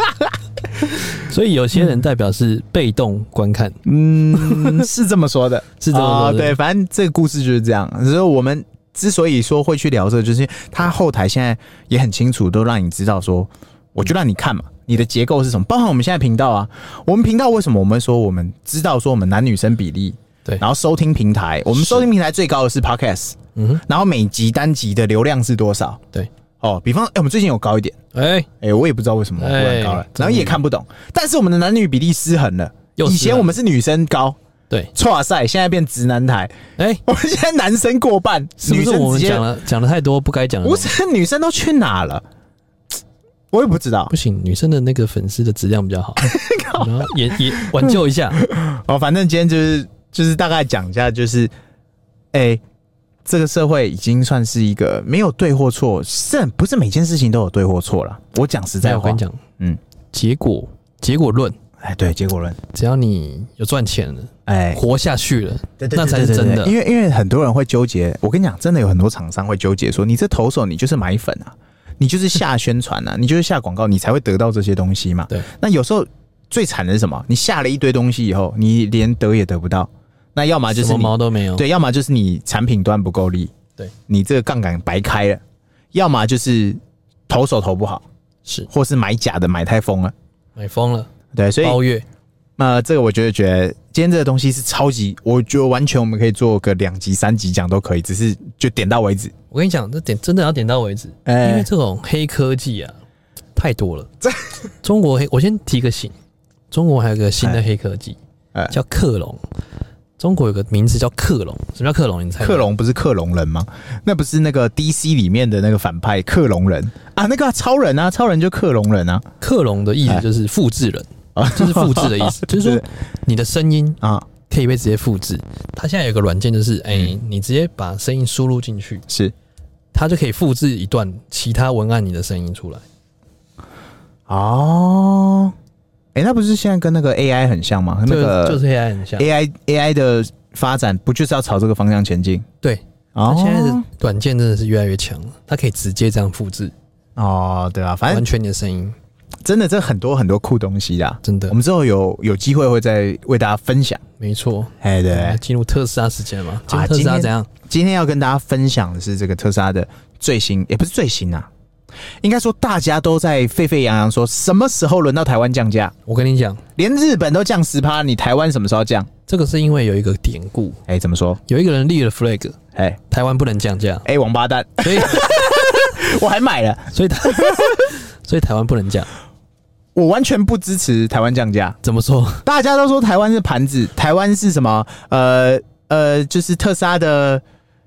Speaker 1: 所以有些人代表是被动观看，
Speaker 2: 嗯，是这么说的，
Speaker 1: 是这么说的
Speaker 2: 啊对，反正这个故事就是这样。所以我们之所以说会去聊这个，就是因为它后台现在也很清楚，都让你知道说，我就让你看嘛，你的结构是什么。包含我们现在频道啊，我们频道为什么我们会说我们知道说我们男女生比例，
Speaker 1: 对
Speaker 2: 然后收听平台，我们收听平台最高的是 Podcast，
Speaker 1: 嗯哼，
Speaker 2: 然后每集单集的流量是多少？
Speaker 1: 对，
Speaker 2: 哦，比方，哎、我们最近有高一点，
Speaker 1: 哎、
Speaker 2: 哎、我也不知道为什么忽然高了，
Speaker 1: 哎
Speaker 2: 然后也看不懂，但是我们的男女比例失衡了。
Speaker 1: 又失
Speaker 2: 以
Speaker 1: 衡
Speaker 2: 前我们是女生高，
Speaker 1: 对，
Speaker 2: 哇塞，现在变直男台，
Speaker 1: 哎、
Speaker 2: 我们现在男生过半，
Speaker 1: 是不
Speaker 2: 女
Speaker 1: 是
Speaker 2: 生
Speaker 1: 我
Speaker 2: 直
Speaker 1: 们
Speaker 2: 接
Speaker 1: 讲，了讲了太多不该讲的
Speaker 2: 不
Speaker 1: 东西？
Speaker 2: 是女生都去哪了？我也不知道
Speaker 1: 不行，女生的那个粉丝的质量比较 好，然后也也挽救一下，
Speaker 2: 哦，反正今天就是就是大概讲一下，就是，哎、这个社会已经算是一个没有对或错，是不是每件事情都有对或错了？我讲实
Speaker 1: 没
Speaker 2: 在
Speaker 1: 有，
Speaker 2: 话，
Speaker 1: 哎我跟你，讲，
Speaker 2: 嗯，
Speaker 1: 结果结果论，
Speaker 2: 哎，对，结果论，
Speaker 1: 只要你有赚钱了，
Speaker 2: 哎，
Speaker 1: 活下去了，
Speaker 2: 对对
Speaker 1: 那才是
Speaker 2: 对对
Speaker 1: 真
Speaker 2: 对因
Speaker 1: 的。
Speaker 2: 为因为很多人会纠结，我跟你讲，真的有很多厂商会纠结说，你这投手你就是买粉啊，你就是下宣传啊，你 就是下广告，你才会得到这些东西嘛。
Speaker 1: 对，
Speaker 2: 那有时候最惨的是什么？你下了一堆东西以后，你连得也得不到，那要啊么就
Speaker 1: 什
Speaker 2: 是
Speaker 1: 么
Speaker 2: 你
Speaker 1: 毛都没有。
Speaker 2: 对，要么就是你产品端不够力，
Speaker 1: 对
Speaker 2: 你这个杠杆白开了，要么就是投手投不好，
Speaker 1: 是
Speaker 2: 或是买假的买太疯了。
Speaker 1: 买疯了，
Speaker 2: 对，所以
Speaker 1: 包月
Speaker 2: 那、这个我觉得觉得今天这个东西是超级，我觉得完全我们可以做个两集、三集讲都可以，只是就点到为 止。
Speaker 1: 我跟你讲，这点真的要点到为止，
Speaker 2: 哎
Speaker 1: 因为这种黑科技啊太多 了。中国黑，我先提个醒，中国还有个新的
Speaker 2: 哎
Speaker 1: 黑科技
Speaker 2: 哎
Speaker 1: 叫克隆。中国有个名字叫克隆，什么叫克隆？你猜？
Speaker 2: 克隆不是克隆人吗？那不是那个 DC 里面的那个反派克隆人啊，那个啊、超人啊，超人就克隆人啊
Speaker 1: 克隆的意思就是复制人，就是复制的意 思，就是说你的声音
Speaker 2: 啊，
Speaker 1: 可以被直接复制。它现在有个软件，就是哎、
Speaker 2: 嗯
Speaker 1: 你直接把声音输入进去，
Speaker 2: 是
Speaker 1: 它就可以复制一段其他文案你的声音出来。
Speaker 2: 哦，哎、那不是现在跟那个 AI 很像吗？那个
Speaker 1: 就就是 AI 很像，
Speaker 2: AI AI 的发展不就是要朝这个方向前进？
Speaker 1: 对，它
Speaker 2: 哦，
Speaker 1: 现在的软件真的是越来越强了，它可以直接这样复制
Speaker 2: 哦，对啊，反正
Speaker 1: 完全你的声音，
Speaker 2: 真的这很多很多酷东西啊，
Speaker 1: 真的
Speaker 2: 我们之后有有机会会再为大家分享。
Speaker 1: 没错。来
Speaker 2: 哎，对，
Speaker 1: 进入特斯拉时间了嘛？进入
Speaker 2: 啊
Speaker 1: 特斯拉
Speaker 2: 今天
Speaker 1: 怎样？
Speaker 2: 今天要跟大家分享的是这个特斯拉的最新，也不是最新啊，应该说大家都在沸沸扬扬说什么时候轮到台湾降价，
Speaker 1: 我跟你讲，
Speaker 2: 连日本都降十趴，你台湾什么时候降？
Speaker 1: 这个是因为有一个典故，
Speaker 2: 哎，怎么说？
Speaker 1: 有一个人立了 flag，
Speaker 2: 哎
Speaker 1: 台湾不能降价，
Speaker 2: 哎，王八蛋，
Speaker 1: 所以
Speaker 2: 我还买了，
Speaker 1: 所以台所以台湾不能降。
Speaker 2: 我完全不支持台湾降价。
Speaker 1: 怎么说？
Speaker 2: 大家都说台湾是盘子，台湾是什么？呃呃，就是特斯拉的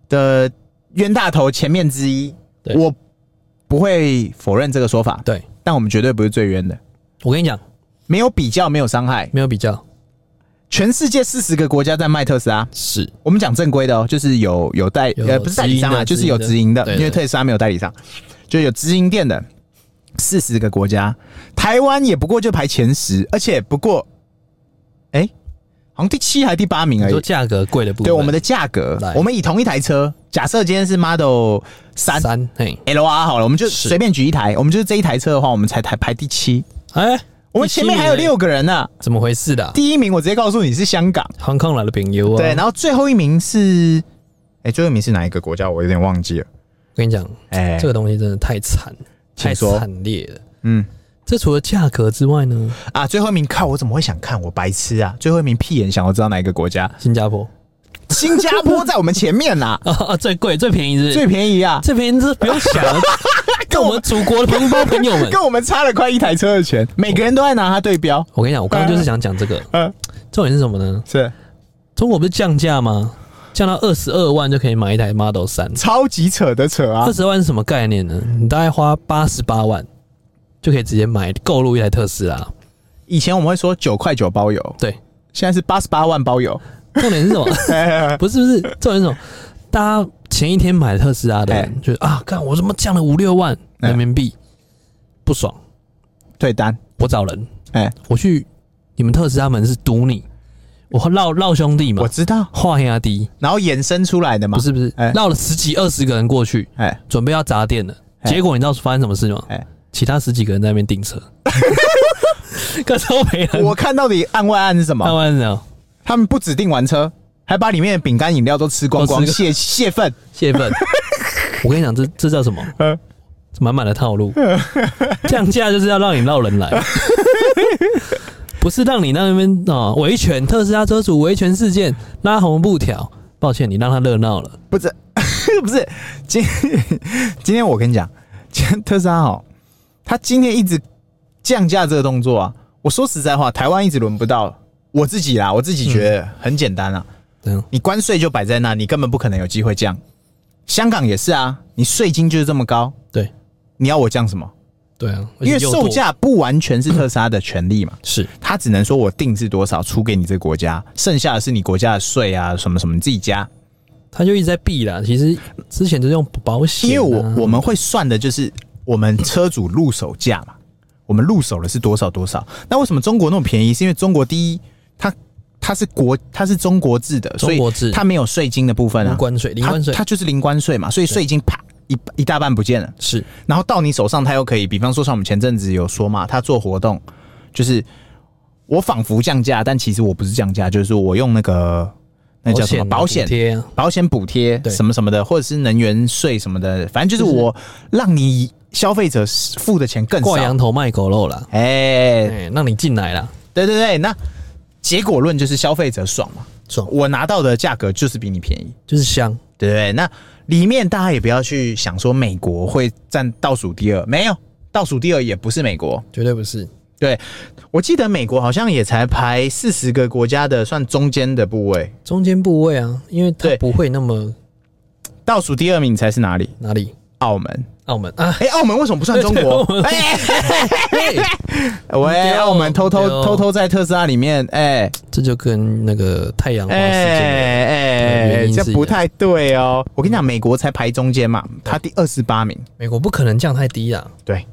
Speaker 2: 的冤大头前面之一。
Speaker 1: 对
Speaker 2: 我不会否认这个说法，
Speaker 1: 对
Speaker 2: 但我们绝对不是最冤的。
Speaker 1: 我跟你讲，
Speaker 2: 没有比较，没有伤害。
Speaker 1: 没有比较，
Speaker 2: 全世界四十个国家在卖特斯拉，
Speaker 1: 是
Speaker 2: 我们讲正规的哦，就是有有代
Speaker 1: 有
Speaker 2: 呃不是代理商
Speaker 1: 直营
Speaker 2: 啊，
Speaker 1: 的
Speaker 2: 就是有直营的，
Speaker 1: 直营的
Speaker 2: 因为
Speaker 1: 对
Speaker 2: 特斯拉没有代理商，就有直营店的。四十个国家，台湾也不过就排前十，而且不过，哎、好像第七还是第八名
Speaker 1: 你
Speaker 2: 而已
Speaker 1: 说。价格贵的部分，
Speaker 2: 对我们的价格
Speaker 1: 来，
Speaker 2: 我们以同一台车，假设今天是 Model 三
Speaker 1: 三嘿，
Speaker 2: LR 好了，我们就是随便举一台，我们就是这一台车的话，我们才台排第七。
Speaker 1: 哎、
Speaker 2: 我们前面还有
Speaker 1: 第七名
Speaker 2: 六个人呢、
Speaker 1: 哎，怎么回事的、啊？
Speaker 2: 第一名我直接告诉你是香港，
Speaker 1: 航空来的朋友啊！
Speaker 2: 对，然后最后一名是，哎、最后一名是哪一个国家？我有点忘记了。
Speaker 1: 我跟你讲，
Speaker 2: 哎、
Speaker 1: 这个东西真的太惨，太
Speaker 2: 请说
Speaker 1: 惨烈了。
Speaker 2: 嗯
Speaker 1: 这除了价格之外呢，
Speaker 2: 啊，最后一名靠我怎么会想看？我白痴啊！最后一名屁眼想要知道哪一个 国家？
Speaker 1: 新加坡
Speaker 2: 新加坡在我们前面啦、
Speaker 1: 哦啊，最贵最便宜是不是
Speaker 2: 最便宜啊！
Speaker 1: 最便宜，这不用想了，跟我们祖国的同胞朋友们，
Speaker 2: 跟我们 差了快一台车的钱，每个人都在拿它对标，
Speaker 1: 我跟你讲，我刚刚就是想讲这个，
Speaker 2: 嗯，
Speaker 1: 重点是什么呢？
Speaker 2: 是
Speaker 1: 中国不是降价吗？降到二十二万就可以买一台 Model 三，
Speaker 2: 超级扯的扯啊
Speaker 1: 二！十万是什么概念呢？你大概花八十八万就可以直接买购入一台特斯拉。
Speaker 2: 以前我们会说九块九包邮，
Speaker 1: 对，
Speaker 2: 现在是八十八万包邮，
Speaker 1: 重点是什么？
Speaker 2: 哎
Speaker 1: 不是不是，重点是什么？大家前一天买特斯拉的人，
Speaker 2: 哎
Speaker 1: 觉得啊，看我怎么降了五六万
Speaker 2: 哎
Speaker 1: 人民币，不爽，
Speaker 2: 对单，
Speaker 1: 我找人，
Speaker 2: 哎，
Speaker 1: 我去你们特斯拉门市堵你，我绕绕兄弟嘛
Speaker 2: 我，知道，
Speaker 1: 画黑压低，
Speaker 2: 然后衍生出来的嘛，
Speaker 1: 不，是不是
Speaker 2: 哎，
Speaker 1: 绕了十几二十个人过去，
Speaker 2: 哎
Speaker 1: 准备要砸店了，
Speaker 2: 哎
Speaker 1: 结果你知道发生什么事吗？
Speaker 2: 哎，
Speaker 1: 其他十几个人在那边订 车， 可是都没人。
Speaker 2: 我看到底案外案是什
Speaker 1: 台
Speaker 2: 么？
Speaker 1: 湾人啊
Speaker 2: 他们不指定完车，还把里面的饼干饮料都吃光光，
Speaker 1: 都吃
Speaker 2: 泄泄愤，
Speaker 1: 泄愤，我跟你讲，这这叫什么？
Speaker 2: 嗯
Speaker 1: 满满的套 路，降价就是要让你绕人来，不是让你那边啊维权特斯拉车主维权事件拉红布条。抱歉，你让他热闹了。
Speaker 2: 不是不是，今今天我跟你讲，今天特斯拉哦，他今天一直降价这个动作啊，我说实在话，台湾一直轮不到我自己啦，我自己觉得很简单啊，
Speaker 1: 这样
Speaker 2: 你关税就摆在那，你根本不可能有机会降。香港也是啊，你税金就是这么高，
Speaker 1: 对
Speaker 2: 你要我降什么？
Speaker 1: 对啊，而且
Speaker 2: 因为
Speaker 1: 又
Speaker 2: 售
Speaker 1: 多
Speaker 2: 价不完全是特斯拉的权利嘛，
Speaker 1: 是
Speaker 2: 他只能说我定制多少出给你这个国家，剩下的是你国家的税啊，什么什么你自己加。
Speaker 1: 他就一直在避啦。其实之前就是用保险、啊，
Speaker 2: 因为我我们会算的就是我们车主入手价嘛，我们入手的是多少多少。那为什么中国那么便宜？是因为中国第一，它它是国它是中国制的，所
Speaker 1: 中
Speaker 2: 以
Speaker 1: 国制
Speaker 2: 它没有税金的部分啊
Speaker 1: 零，关税，零
Speaker 2: 它
Speaker 1: 关税
Speaker 2: 它就是零关税嘛，所以税金啪一一大半不见了。
Speaker 1: 是
Speaker 2: 然后到你手上，它又可以，比方说像我们前阵子有说嘛，它做活动，就是我仿佛降价，但其实我不是降价，就是说我用那个那叫什么保险
Speaker 1: 补贴啊，
Speaker 2: 保险补贴
Speaker 1: 对
Speaker 2: 什么什么的，或者是能源税什么的，反正就是
Speaker 1: 就是
Speaker 2: 我让你消费者付的钱更少
Speaker 1: 挂。羊头卖狗肉啦。
Speaker 2: 哎、
Speaker 1: 哎、让你进来啦，
Speaker 2: 对对对，那结果论就是消费者爽嘛，
Speaker 1: 爽
Speaker 2: 我拿到的价格就是比你便宜，
Speaker 1: 就是香。
Speaker 2: 对不对？那里面大家也不要去想说美国会占倒数第二，没有倒数第二也不是美国。
Speaker 1: 绝对不是。
Speaker 2: 对，我记得美国好像也才排四十个国家的算中间的部位，
Speaker 1: 中间部位啊，因为它
Speaker 2: 对
Speaker 1: 不会那么
Speaker 2: 倒数第二名才是哪里？
Speaker 1: 哪里
Speaker 2: 澳门。
Speaker 1: 澳门啊，
Speaker 2: 哎、澳门为什么不算中国？
Speaker 1: 对对澳门
Speaker 2: 哎、
Speaker 1: 嘿
Speaker 2: 喂，
Speaker 1: 对哦
Speaker 2: 澳门偷偷
Speaker 1: 对哦
Speaker 2: 偷偷在特斯拉里面，哎
Speaker 1: 这就跟那个太阳花
Speaker 2: 哎
Speaker 1: 事件了，
Speaker 2: 哎
Speaker 1: 原，因是
Speaker 2: 这不太对哦。我跟你讲，美国才排中间嘛，它第二十八名。
Speaker 1: 美国不可能降太低啊。
Speaker 2: 对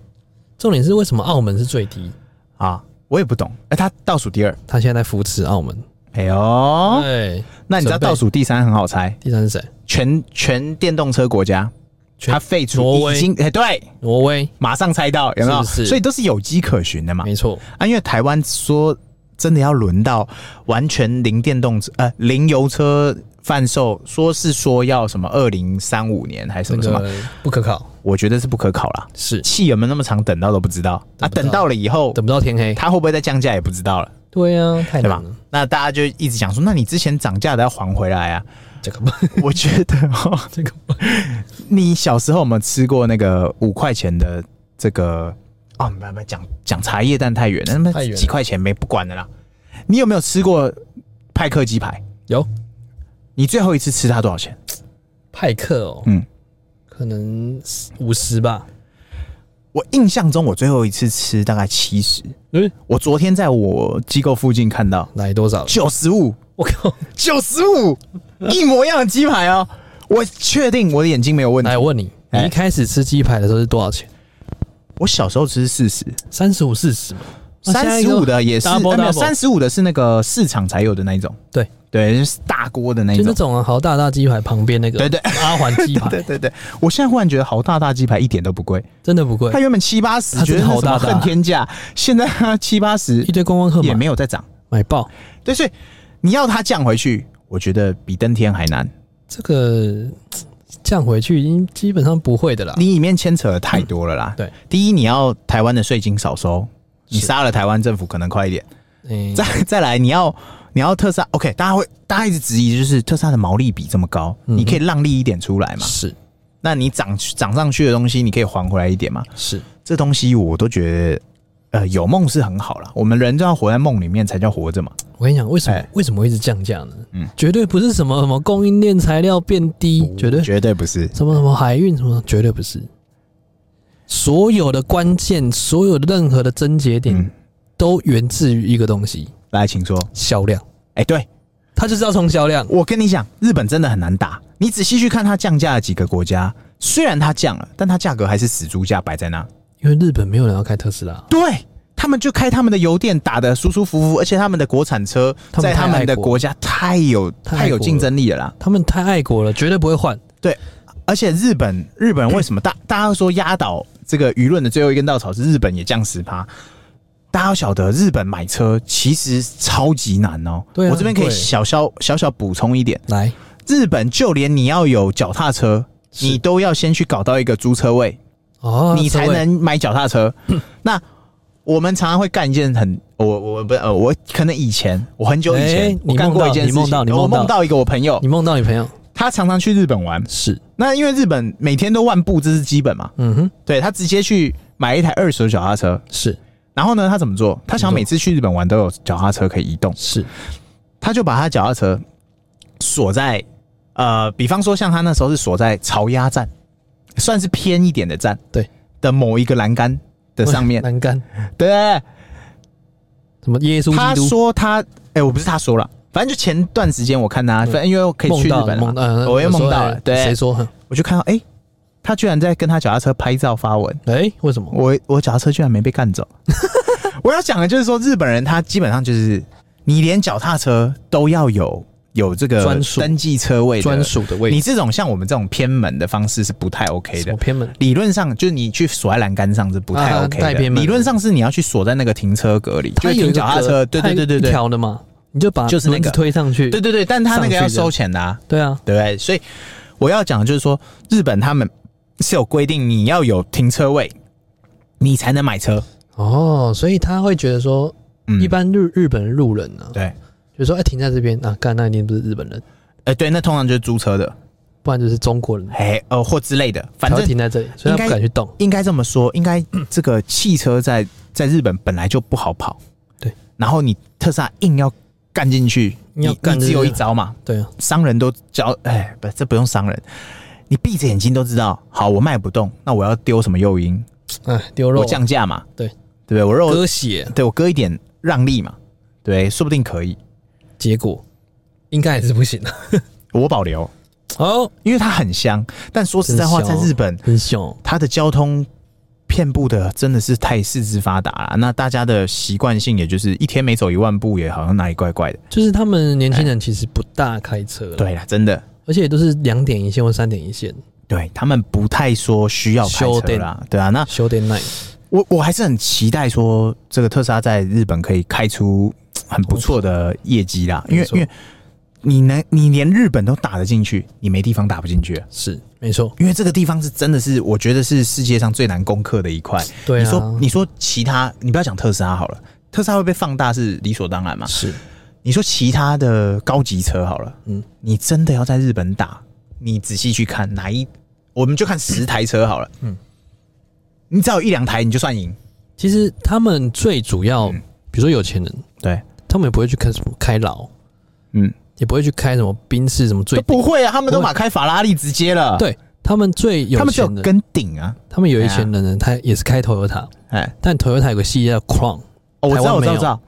Speaker 1: 重点是为什么澳门是最低？
Speaker 2: 啊，我也不懂。哎，它倒数第二。
Speaker 1: 他现在在扶持澳门。
Speaker 2: 哎呦，
Speaker 1: 对，
Speaker 2: 那你知道
Speaker 1: 准备
Speaker 2: 倒数第三很好猜，
Speaker 1: 第三是谁？
Speaker 2: 全全电动车国家，
Speaker 1: 全
Speaker 2: 它
Speaker 1: 挪
Speaker 2: 废除
Speaker 1: 威
Speaker 2: 已经哎对，
Speaker 1: 挪威，
Speaker 2: 马上猜到有没有？
Speaker 1: 是不是
Speaker 2: 所以都是有迹可循的嘛。
Speaker 1: 没错，
Speaker 2: 啊，因为台湾说真的要轮到完全零电动车呃零油车贩售，说是说要什么二零三五年还是什
Speaker 1: 这
Speaker 2: 么什么，
Speaker 1: 个不可靠，
Speaker 2: 我觉得是不可考啦。
Speaker 1: 是
Speaker 2: 气有没有那么长等到都不知道啊，
Speaker 1: 等不到
Speaker 2: 等到了以后
Speaker 1: 等不到天黑。
Speaker 2: 它会不会再降价也不知道了，
Speaker 1: 对啊，太
Speaker 2: 对
Speaker 1: 难
Speaker 2: 吧
Speaker 1: 了，？
Speaker 2: 那大家就一直讲说，那你之前涨价的要还回来啊。
Speaker 1: 这个吧，
Speaker 2: 我觉得哦，
Speaker 1: 这个吧
Speaker 2: 你小时候有没有吃过那个五块钱的这个？哦，没有没有讲讲茶叶蛋太远了，那
Speaker 1: 太
Speaker 2: 么
Speaker 1: 远了
Speaker 2: 几块钱没不管的啦。你有没有吃过派克鸡排？
Speaker 1: 有
Speaker 2: 你最后一次吃它多少钱？
Speaker 1: 派克哦，
Speaker 2: 嗯，
Speaker 1: 可能五十吧。
Speaker 2: 我印象中我最后一次吃大概七十。
Speaker 1: 嗯，
Speaker 2: 我昨天在我机构附近看到
Speaker 1: 来多少？
Speaker 2: 九十五，
Speaker 1: 我靠！
Speaker 2: 九十五，一模一样的鸡排哦。我确定我的眼睛没有问题
Speaker 1: 来，。我问你，你
Speaker 2: 哎
Speaker 1: 一开始吃鸡排的时候是多少钱？
Speaker 2: 我小时候吃四十，
Speaker 1: 三十五、四十嘛，
Speaker 2: 三十五 的也是，
Speaker 1: d
Speaker 2: 啊
Speaker 1: o u b
Speaker 2: 没
Speaker 1: l
Speaker 2: 有三十五的是那个市场才有的那一种。
Speaker 1: 对
Speaker 2: 对，就是大锅的那一
Speaker 1: 就那
Speaker 2: 种。
Speaker 1: 种啊，豪大大鸡排旁边那个，
Speaker 2: 对对
Speaker 1: 阿环鸡排
Speaker 2: 对对对，我现在忽然觉得豪大大鸡排一点都不贵，
Speaker 1: 真的不贵
Speaker 2: 它，原本七八十
Speaker 1: 它，真的
Speaker 2: 觉得那什
Speaker 1: 豪
Speaker 2: 么
Speaker 1: 大大
Speaker 2: 恨天价，现在它七八十
Speaker 1: 一堆观光客
Speaker 2: 也
Speaker 1: 买
Speaker 2: 没有再涨。
Speaker 1: 买爆，
Speaker 2: 对，所以你要它降回去，我觉得比登天还难。
Speaker 1: 这个嘖降回去已经基本上不会的啦。
Speaker 2: 你里面牵扯的太多了啦。
Speaker 1: 嗯对，
Speaker 2: 第一你要台湾的税金少收，你
Speaker 1: 是
Speaker 2: 杀了台湾政府可能快一点。
Speaker 1: 嗯，
Speaker 2: 再再来，你要你要特斯拉，OK，大家会大家一直质疑，就是特斯拉的毛利比这么高，
Speaker 1: 嗯哼
Speaker 2: 你可以让利一点出来嘛？
Speaker 1: 是
Speaker 2: 那你涨涨上去的东西，你可以还回来一点嘛。
Speaker 1: 是
Speaker 2: 这东西我都觉得，呃，有梦是很好啦。我们人就要活在梦里面才叫活着嘛。
Speaker 1: 我跟你讲，为什么、
Speaker 2: 哎
Speaker 1: 为什么会一直降价呢？
Speaker 2: 嗯哦
Speaker 1: 绝对不是什么什么供应链材料变低，绝对
Speaker 2: 绝对不是，
Speaker 1: 什么什么海运什么，绝对不是。所有的关键，所有的任何的症结点，
Speaker 2: 嗯
Speaker 1: 都源自于一个东西
Speaker 2: 来，请说。
Speaker 1: ——销量。
Speaker 2: 哎、对
Speaker 1: 它就是要冲销量。
Speaker 2: 我跟你讲，日本真的很难打。你仔细去看它降价的几个国家，虽然它降了，但它价格还是死猪价摆在那。
Speaker 1: 因为日本没有人要开特斯拉，
Speaker 2: 对他们就开他们的油电打得舒舒服服，而且他们的国产车
Speaker 1: 他们
Speaker 2: 在
Speaker 1: 太
Speaker 2: 他们的
Speaker 1: 爱国
Speaker 2: 国家太有
Speaker 1: 太爱
Speaker 2: 太有
Speaker 1: 国
Speaker 2: 竞
Speaker 1: 了
Speaker 2: 争力了啦。
Speaker 1: 他们太爱国了，绝对不会换。
Speaker 2: 对，而且日 本日本为什么大大家说压倒这个舆论的最后一根稻草是日本也降十趴？大家要晓得，日本买车其实超级难哦。
Speaker 1: 对啊
Speaker 2: 我这边可以
Speaker 1: 对
Speaker 2: 小小小小补充一点，
Speaker 1: 来，
Speaker 2: 日本就连你要有脚踏车，
Speaker 1: 是
Speaker 2: 你都要先去搞到一个租车位，
Speaker 1: 哦，
Speaker 2: 你才
Speaker 1: 各位
Speaker 2: 能买脚踏 车。那我们常常会干一件很，我我不呃，我可能以前我很久以前、
Speaker 1: 哎
Speaker 2: 我干过一件
Speaker 1: 你
Speaker 2: 事情，
Speaker 1: 梦到你梦到
Speaker 2: 我
Speaker 1: 你梦到
Speaker 2: 梦到一个我朋友
Speaker 1: 你，梦到你朋友
Speaker 2: 他常常去日本玩。
Speaker 1: 是，
Speaker 2: 那因为日本每天都万步，这是基本嘛，
Speaker 1: 嗯哼，
Speaker 2: 对他直接去买一台二手脚踏车，
Speaker 1: 是
Speaker 2: 然后呢，他怎么做？他想每次去日本玩都有脚踏车可以移动，
Speaker 1: 是，
Speaker 2: 他就把他脚踏车锁在呃，比方说像他那时候是锁在潮鸭站，算是偏一点的站，
Speaker 1: 对
Speaker 2: 的某一个栏杆的 上面，
Speaker 1: 栏杆，
Speaker 2: 对。
Speaker 1: 什么耶稣
Speaker 2: 他
Speaker 1: 基督，
Speaker 2: 说他，哎、我不是他说了，反正就前段时间我看他，反正因为我可以去
Speaker 1: 梦
Speaker 2: 日
Speaker 1: 到
Speaker 2: 本了
Speaker 1: 梦到，
Speaker 2: 嘛，
Speaker 1: 呃
Speaker 2: 我也梦到
Speaker 1: 说
Speaker 2: 了
Speaker 1: 哎，
Speaker 2: 对
Speaker 1: 谁，说？哼
Speaker 2: 我就看到哎、他居然在跟他脚踏车拍照发文。
Speaker 1: 哎，为什么？
Speaker 2: 我我脚踏车居然没 被干走。我要讲的就是说，日本人他基本上就是，你连脚踏车都要有有这个
Speaker 1: 专属
Speaker 2: 登记车位的
Speaker 1: 专。属的位
Speaker 2: 你
Speaker 1: 置，
Speaker 2: 这种像我们这种偏门的方式是不太 OK
Speaker 1: 什
Speaker 2: 的
Speaker 1: 么。偏门？
Speaker 2: 理论上就是你去锁在栏杆上是不太
Speaker 1: 啊
Speaker 2: OK
Speaker 1: 太
Speaker 2: 的。
Speaker 1: 偏门了
Speaker 2: 理论上是你要去锁在那个停车格里，就
Speaker 1: 它
Speaker 2: 是
Speaker 1: 有一
Speaker 2: 停
Speaker 1: 个
Speaker 2: 脚踏车。
Speaker 1: 格
Speaker 2: 对
Speaker 1: 它
Speaker 2: 对对对
Speaker 1: 一
Speaker 2: 对，
Speaker 1: 条的嘛，你就把
Speaker 2: 就是那
Speaker 1: 轮子
Speaker 2: 个
Speaker 1: 推上去，
Speaker 2: 对对对，但他那个要收钱的啊。
Speaker 1: 对啊，
Speaker 2: 对不对？所以我要讲的就是说，日本他们是有规定，你要有停车位，你才能买车。
Speaker 1: 哦，所以他会觉得说，
Speaker 2: 嗯
Speaker 1: 一般日日本路人呢，
Speaker 2: 对，
Speaker 1: 就说哎停在这边啊，干那一定不是日本人，
Speaker 2: 呃，对，那通常就是租车的，
Speaker 1: 不然就是中国人，
Speaker 2: 哎，呃，或之类的，反
Speaker 1: 才会
Speaker 2: 正
Speaker 1: 停在这里，所以他
Speaker 2: 应
Speaker 1: 不
Speaker 2: 该
Speaker 1: 敢去动。
Speaker 2: 应该这么说，应该这个汽车在在日本本来就不好跑，
Speaker 1: 对，
Speaker 2: 然后你特斯拉硬要干进去，
Speaker 1: 硬要
Speaker 2: 你
Speaker 1: 干
Speaker 2: 你
Speaker 1: 进去
Speaker 2: 只有一招嘛，
Speaker 1: 对啊，
Speaker 2: 商人都教，哎，不，这不用商人。你闭着眼睛都知道，好，我卖不动，那我要丢什么诱因？
Speaker 1: 哎，丢肉
Speaker 2: 我
Speaker 1: 啊，
Speaker 2: 降价嘛，
Speaker 1: 对
Speaker 2: 对不对？我肉
Speaker 1: 割血，
Speaker 2: 对我割一点让利嘛，对，说不定可以，
Speaker 1: 结果应该还是不行啊的。
Speaker 2: 我保留，
Speaker 1: 哦，
Speaker 2: 因为它很香。但说实在话，
Speaker 1: 真哦
Speaker 2: 在
Speaker 1: 香
Speaker 2: 日本，
Speaker 1: 很凶，
Speaker 2: 它的交通遍布的真的是太四肢发达了，那大家的习惯性也就是一天没走一万步，也好像哪里怪怪的。
Speaker 1: 就是他们年轻人其实不大开车了，，
Speaker 2: 对了，真的，
Speaker 1: 而且都是两点一线或三点一线，
Speaker 2: 对他们不太说需要开
Speaker 1: 修
Speaker 2: 车
Speaker 1: 电
Speaker 2: 啦，对啊。那
Speaker 1: 修点 night
Speaker 2: 我我还是很期待说这个特斯拉在日本可以开出很不错的业绩啦，因
Speaker 1: 没
Speaker 2: 为
Speaker 1: 错
Speaker 2: 因为你能你连日本都打得进去，你没地方打不进去啊。
Speaker 1: 是没错，
Speaker 2: 因为这个地方是真的是，我觉得是世界上最难攻克的一块。
Speaker 1: 对啊，
Speaker 2: 你说，你说其他，你不要讲特斯拉好了，特斯拉会被放大是理所当然嘛？
Speaker 1: 是
Speaker 2: 你说其他的高级车好了，
Speaker 1: 嗯
Speaker 2: 嗯，你真的要在日本打，你仔细去看哪一，我们就看十台车好了，
Speaker 1: 嗯
Speaker 2: 嗯，你只要有一两台你就算赢，
Speaker 1: 其实他们最主要，
Speaker 2: 嗯
Speaker 1: 比如说有钱人，
Speaker 2: 对，
Speaker 1: 他们也不会去开什么开劳，
Speaker 2: 嗯，
Speaker 1: 也不会去开什么宾士什么最
Speaker 2: 都不会啊，他们都
Speaker 1: 不会
Speaker 2: 马开法拉利直接了，，
Speaker 1: 对他们最有
Speaker 2: 他们只有
Speaker 1: 钱的，
Speaker 2: 跟顶啊，
Speaker 1: 他们有一钱人呢，他也是开 Toyota，
Speaker 2: 哎，
Speaker 1: 但 Toyota 有个系列叫 Crown，Crown
Speaker 2: 哦我知
Speaker 1: 台
Speaker 2: 道，
Speaker 1: 湾
Speaker 2: 我
Speaker 1: 没
Speaker 2: 知
Speaker 1: 有
Speaker 2: 道，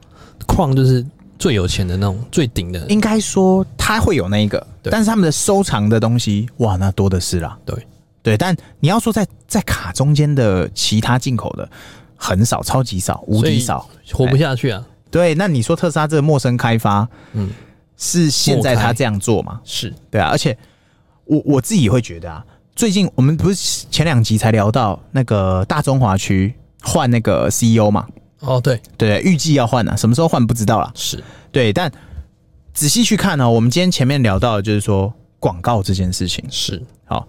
Speaker 2: 我知道，
Speaker 1: 就是最有钱的那种最顶的，
Speaker 2: 应该说他会有那一个，
Speaker 1: 对
Speaker 2: 但是他们的收藏的东西，哇，那多的是啦。
Speaker 1: 对
Speaker 2: 对，但你要说在在卡中间的其他进口的很少，超级少，无
Speaker 1: 所以
Speaker 2: 敌少。
Speaker 1: 活不下去啊，
Speaker 2: 对，那你说特斯拉这个陌生开发
Speaker 1: 嗯，
Speaker 2: 是现在他这样做吗？
Speaker 1: 是
Speaker 2: 对啊，而且我我自己会觉得啊，最近我们不是前两集才聊到那个大中华区换那个 CEO 嘛？
Speaker 1: 哦，对，
Speaker 2: 对，预计要换啊，什么时候换不知道啦。
Speaker 1: 是
Speaker 2: 对，但仔细去看呢、啊我们今天前面聊到的就是说广告这件事情。
Speaker 1: 是，
Speaker 2: 好，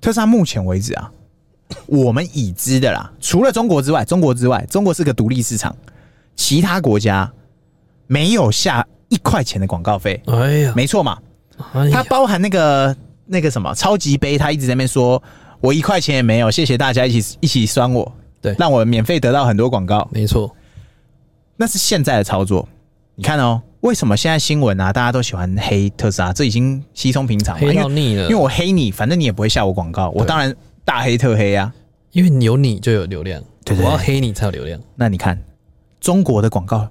Speaker 2: 特斯拉目前为止啊， 我们已知的啦，除了中国之外，中国之外，中国是个独立市场，其他国家没有下一块钱的广告费，
Speaker 1: 哎呀，
Speaker 2: 没错嘛？
Speaker 1: 哎
Speaker 2: 它
Speaker 1: 呀，
Speaker 2: 包含那个那个什么超级杯，他一直在那边说，我一块钱也没有，谢谢大家一起一起酸我，
Speaker 1: 对
Speaker 2: 让我免费得到很多广告，
Speaker 1: 没错，
Speaker 2: 那是现在的操作。你看哦，为什么现在新闻啊，大家都喜欢黑特斯拉，这已经稀松平常了，
Speaker 1: 黑
Speaker 2: 因
Speaker 1: 到
Speaker 2: 为
Speaker 1: 腻了，
Speaker 2: 因为我黑你，反正你也不会下我广告，我
Speaker 1: 对
Speaker 2: 当然大黑特黑啊。
Speaker 1: 因为有你就有流量，
Speaker 2: 对对对
Speaker 1: 我要黑你才有流量，
Speaker 2: 那你看中国的广告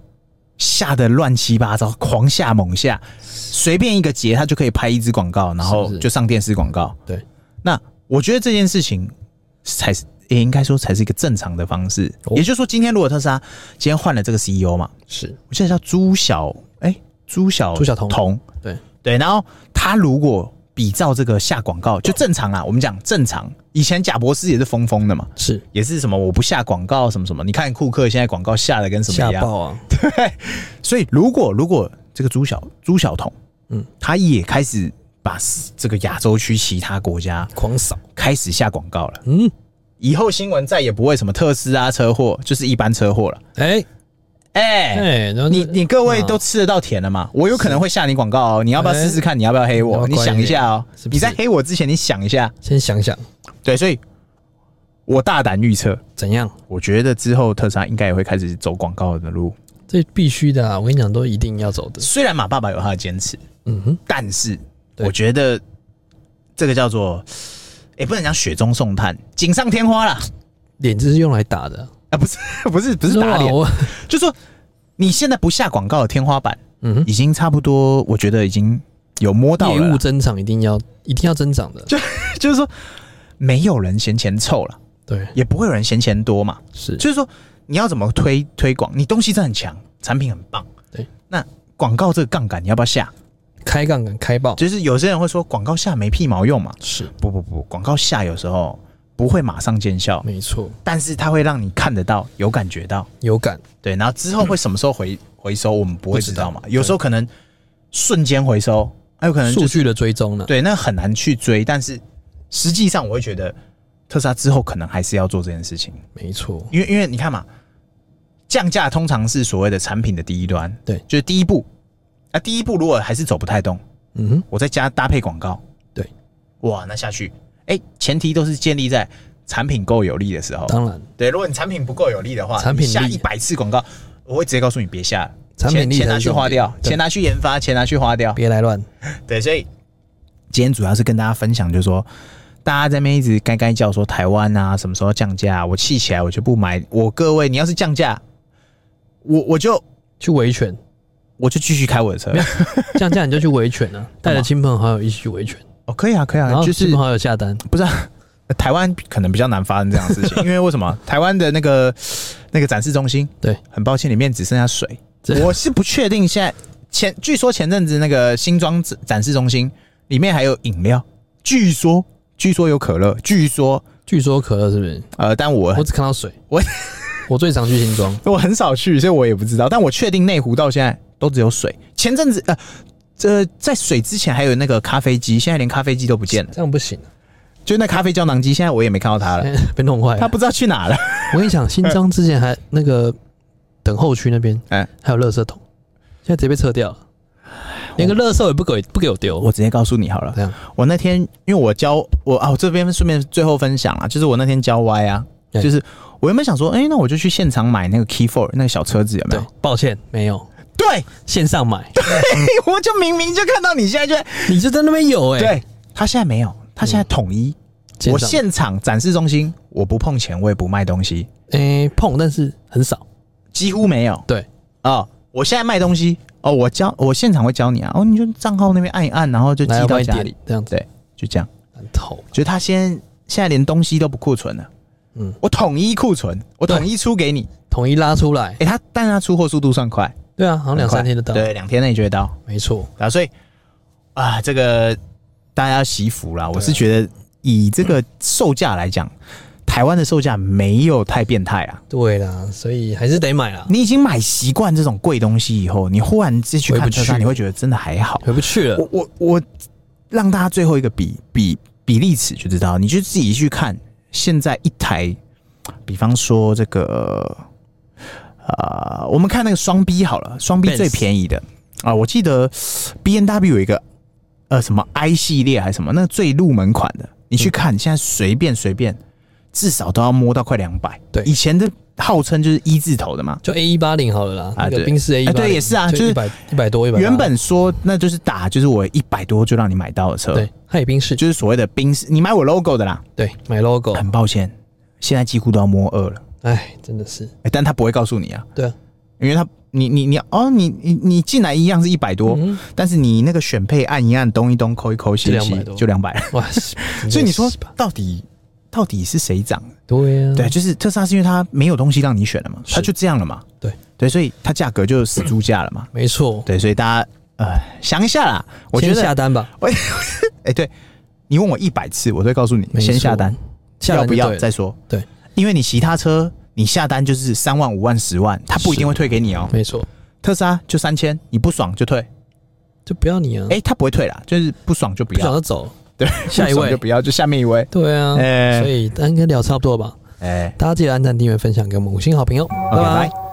Speaker 2: 下的乱七八糟，狂下猛下，随便一个节他就可以拍一支广告，然后
Speaker 1: 是
Speaker 2: 就上电视广告。
Speaker 1: 对，
Speaker 2: 那我觉得这件事情才是，也应该说才是一个正常的方式。
Speaker 1: 哦
Speaker 2: 也就是说，今天如果特斯拉今天换了这个 CEO 嘛，
Speaker 1: 是
Speaker 2: 我记得叫朱小，哎、朱小
Speaker 1: 朱晓彤
Speaker 2: 彤，
Speaker 1: 对
Speaker 2: 对，然后他如果比照这个下广告，就正常啊，我们讲正常。以前贾博士也是疯疯的嘛，
Speaker 1: 是
Speaker 2: 也是什么我不下广告什么什么，你看库克现在广告下的跟什么
Speaker 1: 吓
Speaker 2: 一样。
Speaker 1: 爆啊，
Speaker 2: 所以如果如果这个朱小朱小彤，嗯
Speaker 1: 嗯，
Speaker 2: 他也开始把这个亚洲区其他国家
Speaker 1: 狂扫，
Speaker 2: 开始下广告了，
Speaker 1: 嗯，
Speaker 2: 以后新闻再也不会什么特斯拉车祸，就是一般车祸了。
Speaker 1: 哎
Speaker 2: 哎、
Speaker 1: 哎，然后
Speaker 2: 你你各位
Speaker 1: 啊
Speaker 2: 都吃得到甜了嘛？我有可能会下你广告哦，你要不要试试看？你要不要黑我？
Speaker 1: 哎
Speaker 2: 你想一下哦，
Speaker 1: 是不是
Speaker 2: 你在黑我之前，你想一下。
Speaker 1: 先想想
Speaker 2: 对，所以我大胆预测，
Speaker 1: 怎样，
Speaker 2: 我觉得之后特斯拉应该也会开始走广告的路。
Speaker 1: 这必须的啊，我跟你讲，都一定要走的，
Speaker 2: 虽然马爸爸有他的坚持，
Speaker 1: 嗯哼，
Speaker 2: 但是
Speaker 1: 对
Speaker 2: 我觉得这个叫做，也、不能讲雪中送炭，锦上添花啦。
Speaker 1: 脸就是用来打的啊，
Speaker 2: 啊，不是， 不是，不是打
Speaker 1: 啊
Speaker 2: 脸，
Speaker 1: 我
Speaker 2: 就说你现在不下广告的天花板，
Speaker 1: 嗯哼
Speaker 2: 已经差不多，我觉得已经有摸 到
Speaker 1: 业
Speaker 2: 了
Speaker 1: 务
Speaker 2: 啦，
Speaker 1: 增长一定要一定要增长的，
Speaker 2: 就是说没有人嫌钱臭了，
Speaker 1: 对，
Speaker 2: 也不会有人嫌钱多嘛。
Speaker 1: 是
Speaker 2: 就是说你要怎么推推广，你东西真的很强，产品很棒，
Speaker 1: 对，
Speaker 2: 那广告这个杠杆你要不要下？
Speaker 1: 开杠杆开爆，
Speaker 2: 就是有些人会说广告下没屁毛用嘛，
Speaker 1: 是
Speaker 2: 不不不，广告下有时候不会马上见效，
Speaker 1: 没错，
Speaker 2: 但是它会让你看得到，有感觉到，
Speaker 1: 有感
Speaker 2: 对，然后之后会什么时候回、回收，我们不会
Speaker 1: 不
Speaker 2: 知
Speaker 1: 知
Speaker 2: 道
Speaker 1: 道
Speaker 2: 嘛，有时候可能瞬间回收，还有可能就
Speaker 1: 数
Speaker 2: 是
Speaker 1: 据的追踪呢，
Speaker 2: 对，那很难去追，但是实际上我会觉得特斯拉之后可能还是要做这件事情，
Speaker 1: 没错，
Speaker 2: 因为因为你看嘛，降价通常是所谓的产品的第一端，
Speaker 1: 对
Speaker 2: 就是第一步，啊，第一步如果还是走不太动，
Speaker 1: 嗯哼，
Speaker 2: 我再加搭配广告，
Speaker 1: 对，
Speaker 2: 哇，那下去，哎、前提都是建立在产品够有力的时候，
Speaker 1: 当然
Speaker 2: 对，如果你产品不够有力的话，
Speaker 1: 产品力
Speaker 2: 你下一百次广告，我会直接告诉你别下了，
Speaker 1: 产品力
Speaker 2: 钱钱
Speaker 1: 才
Speaker 2: 拿
Speaker 1: 是
Speaker 2: 去
Speaker 1: 重
Speaker 2: 花
Speaker 1: 点
Speaker 2: 掉，钱拿去研发，钱拿去花掉，
Speaker 1: 别来乱，
Speaker 2: 对，所以今天主要是跟大家分享，就是说大家在那边一直该该叫说台湾啊什么时候降价、我气起来我就不买。我各位，你要是降价，我我就
Speaker 1: 去维权，
Speaker 2: 我就继续开我的车。
Speaker 1: 这样这样你就去维权啊，带着亲朋好友一起去维权，
Speaker 2: 哦，可以啊，可以
Speaker 1: 然
Speaker 2: 啊，
Speaker 1: 后
Speaker 2: 就是
Speaker 1: 亲朋好友下单，
Speaker 2: 不是、啊、台湾可能比较难发生这样的 事情，因为为什么？台湾的那个那个展示中心，
Speaker 1: 对，
Speaker 2: 很抱歉，里面只剩下水。
Speaker 1: 这
Speaker 2: 我是不确定现在前，据说前阵子那个新庄展展示中心里面还有饮料，据说据说有可乐，据说
Speaker 1: 据说可乐是不是？
Speaker 2: 呃，但我
Speaker 1: 我只看到水，
Speaker 2: 我
Speaker 1: 我最常去新庄，
Speaker 2: 我很少去，所以我也不知道。但我确定内湖到现在都只有水。前阵子呃，这在水之前还有那个咖啡机，现在连咖啡机都不见了，
Speaker 1: 这样不行啊，
Speaker 2: 就那咖啡胶囊机，现在我也没看到它了，
Speaker 1: 现在 被弄坏
Speaker 2: 它
Speaker 1: 了。
Speaker 2: 不知道去哪了。
Speaker 1: 我跟你讲，新庄之前还那个等候区那边，
Speaker 2: 哎
Speaker 1: 哎，还有垃圾桶，现在直接被撤掉了，连个垃圾也不给不给我丢，
Speaker 2: 我直接告诉你好了
Speaker 1: 这，样
Speaker 2: 我那天因为我教我啊，我这边顺便最后分享啊，就是我那天教歪啊，
Speaker 1: 对
Speaker 2: 就是我原本想说，哎、那我就去现场买那个 Key Four 那个小车子有没
Speaker 1: 对
Speaker 2: 有？，
Speaker 1: 抱歉没有
Speaker 2: 对，
Speaker 1: 线上买，
Speaker 2: 我就明明就看到你现在就在，
Speaker 1: 你就在那边有哎、
Speaker 2: 对嗯他现在没有，他现在统一，
Speaker 1: 线
Speaker 2: 我
Speaker 1: 上
Speaker 2: 现场展示中心我不碰钱，我也不卖东西，
Speaker 1: 哎、碰，但是很少，
Speaker 2: 几乎没有。
Speaker 1: 对，
Speaker 2: 哦，我现在卖东西哦，我教我现场会教你啊，哦，你就账号那边按一按，然后就寄
Speaker 1: 来我
Speaker 2: 到
Speaker 1: 帮你
Speaker 2: 家
Speaker 1: 点
Speaker 2: 里，
Speaker 1: 这样子，
Speaker 2: 对，就这样。
Speaker 1: 很头
Speaker 2: 就是他先现在连东西都不库存了，嗯
Speaker 1: 嗯，
Speaker 2: 我统一库存，我统一出给你。
Speaker 1: 统一拉出来，
Speaker 2: 哎、他但是他出货速度算快，
Speaker 1: 对啊，好像两三天就到，
Speaker 2: 对，两天内就会到
Speaker 1: 没错，
Speaker 2: 啊，所以啊，这个大家要惜福
Speaker 1: 啊
Speaker 2: 啦。我是觉得以这个售价来讲，台湾的售价没有太变态啊。
Speaker 1: 对啦，所以还是得买啦，
Speaker 2: 你已经买习惯这种贵东西以后，你忽然再去
Speaker 1: 回不
Speaker 2: 看特斯拉，
Speaker 1: 去
Speaker 2: 你会觉得真的还好。
Speaker 1: 回不去了，
Speaker 2: 我我我让大家最后一个比比比例尺就知道，你就自己去看现在一台，比方说这个，呃，我们看那个双 B 好了，双 B
Speaker 1: Benz
Speaker 2: 最便宜的啊、我记得 B N W 有一个呃什么 I 系列还是什么，那最入门款的，你去
Speaker 1: 嗯
Speaker 2: 看，现在随便随便，至少都要摸到快两百。
Speaker 1: 对
Speaker 2: 以前的号称就是一字头的嘛，
Speaker 1: 就 A 一八零好了啦，那
Speaker 2: 啊
Speaker 1: 个
Speaker 2: 对
Speaker 1: 宾士 A 一
Speaker 2: 啊
Speaker 1: 八
Speaker 2: 对也是啊就是
Speaker 1: 一百一百多一百。180
Speaker 2: 原本说那就是打，就是我一百多就让你买到的车，
Speaker 1: 对，汉语宾士
Speaker 2: 就是所谓的冰士，你买我 logo 的啦。
Speaker 1: 对买 logo，
Speaker 2: 很抱歉，现在几乎都要摸二了，
Speaker 1: 哎，真的是
Speaker 2: 哎但他不会告诉你啊，
Speaker 1: 对啊，
Speaker 2: 因为他你你你哦，你你你进来一样是一百多，
Speaker 1: 嗯
Speaker 2: 但是你那个选配按一按，东一东，抠一抠，洗一
Speaker 1: 就
Speaker 2: 洗
Speaker 1: 200多
Speaker 2: 就两百。
Speaker 1: 哇，
Speaker 2: 所以你
Speaker 1: 真的
Speaker 2: 说
Speaker 1: 是吧
Speaker 2: 到底到底是谁涨？
Speaker 1: 对啊，
Speaker 2: 对，就是特斯拉是因为它没有东西让你选了嘛，
Speaker 1: 是
Speaker 2: 它就这样了嘛。
Speaker 1: 对嗯
Speaker 2: 对，所以它价格就死猪价了嘛。
Speaker 1: 没错，
Speaker 2: 对，所以大家呃想一下啦，我觉
Speaker 1: 先
Speaker 2: 得
Speaker 1: 下单吧，
Speaker 2: 哎、对你问我一百次，我都会告诉你
Speaker 1: 没错
Speaker 2: 先下单，
Speaker 1: 下单
Speaker 2: 要
Speaker 1: 就
Speaker 2: 不要
Speaker 1: 对了
Speaker 2: 再说。
Speaker 1: 对，
Speaker 2: 因为你其他车你下单就是三万、五万、十万，它不一定会退给你哦、
Speaker 1: 没错，
Speaker 2: 特斯拉就三千，你不爽就退，
Speaker 1: 就不要你啊，
Speaker 2: 哎、它不会退啦，就是不爽就不
Speaker 1: 不想
Speaker 2: 要，
Speaker 1: 要走，
Speaker 2: 对，
Speaker 1: 下一
Speaker 2: 不爽
Speaker 1: 位
Speaker 2: 就不要，就下面一位，
Speaker 1: 对啊，
Speaker 2: 哎
Speaker 1: 所以大家应该聊差不多了吧？
Speaker 2: 哎、
Speaker 1: 大家记得按赞、订阅、分享给我们五星好评哦，
Speaker 2: o
Speaker 1: 拜
Speaker 2: k 拜。
Speaker 1: 拜。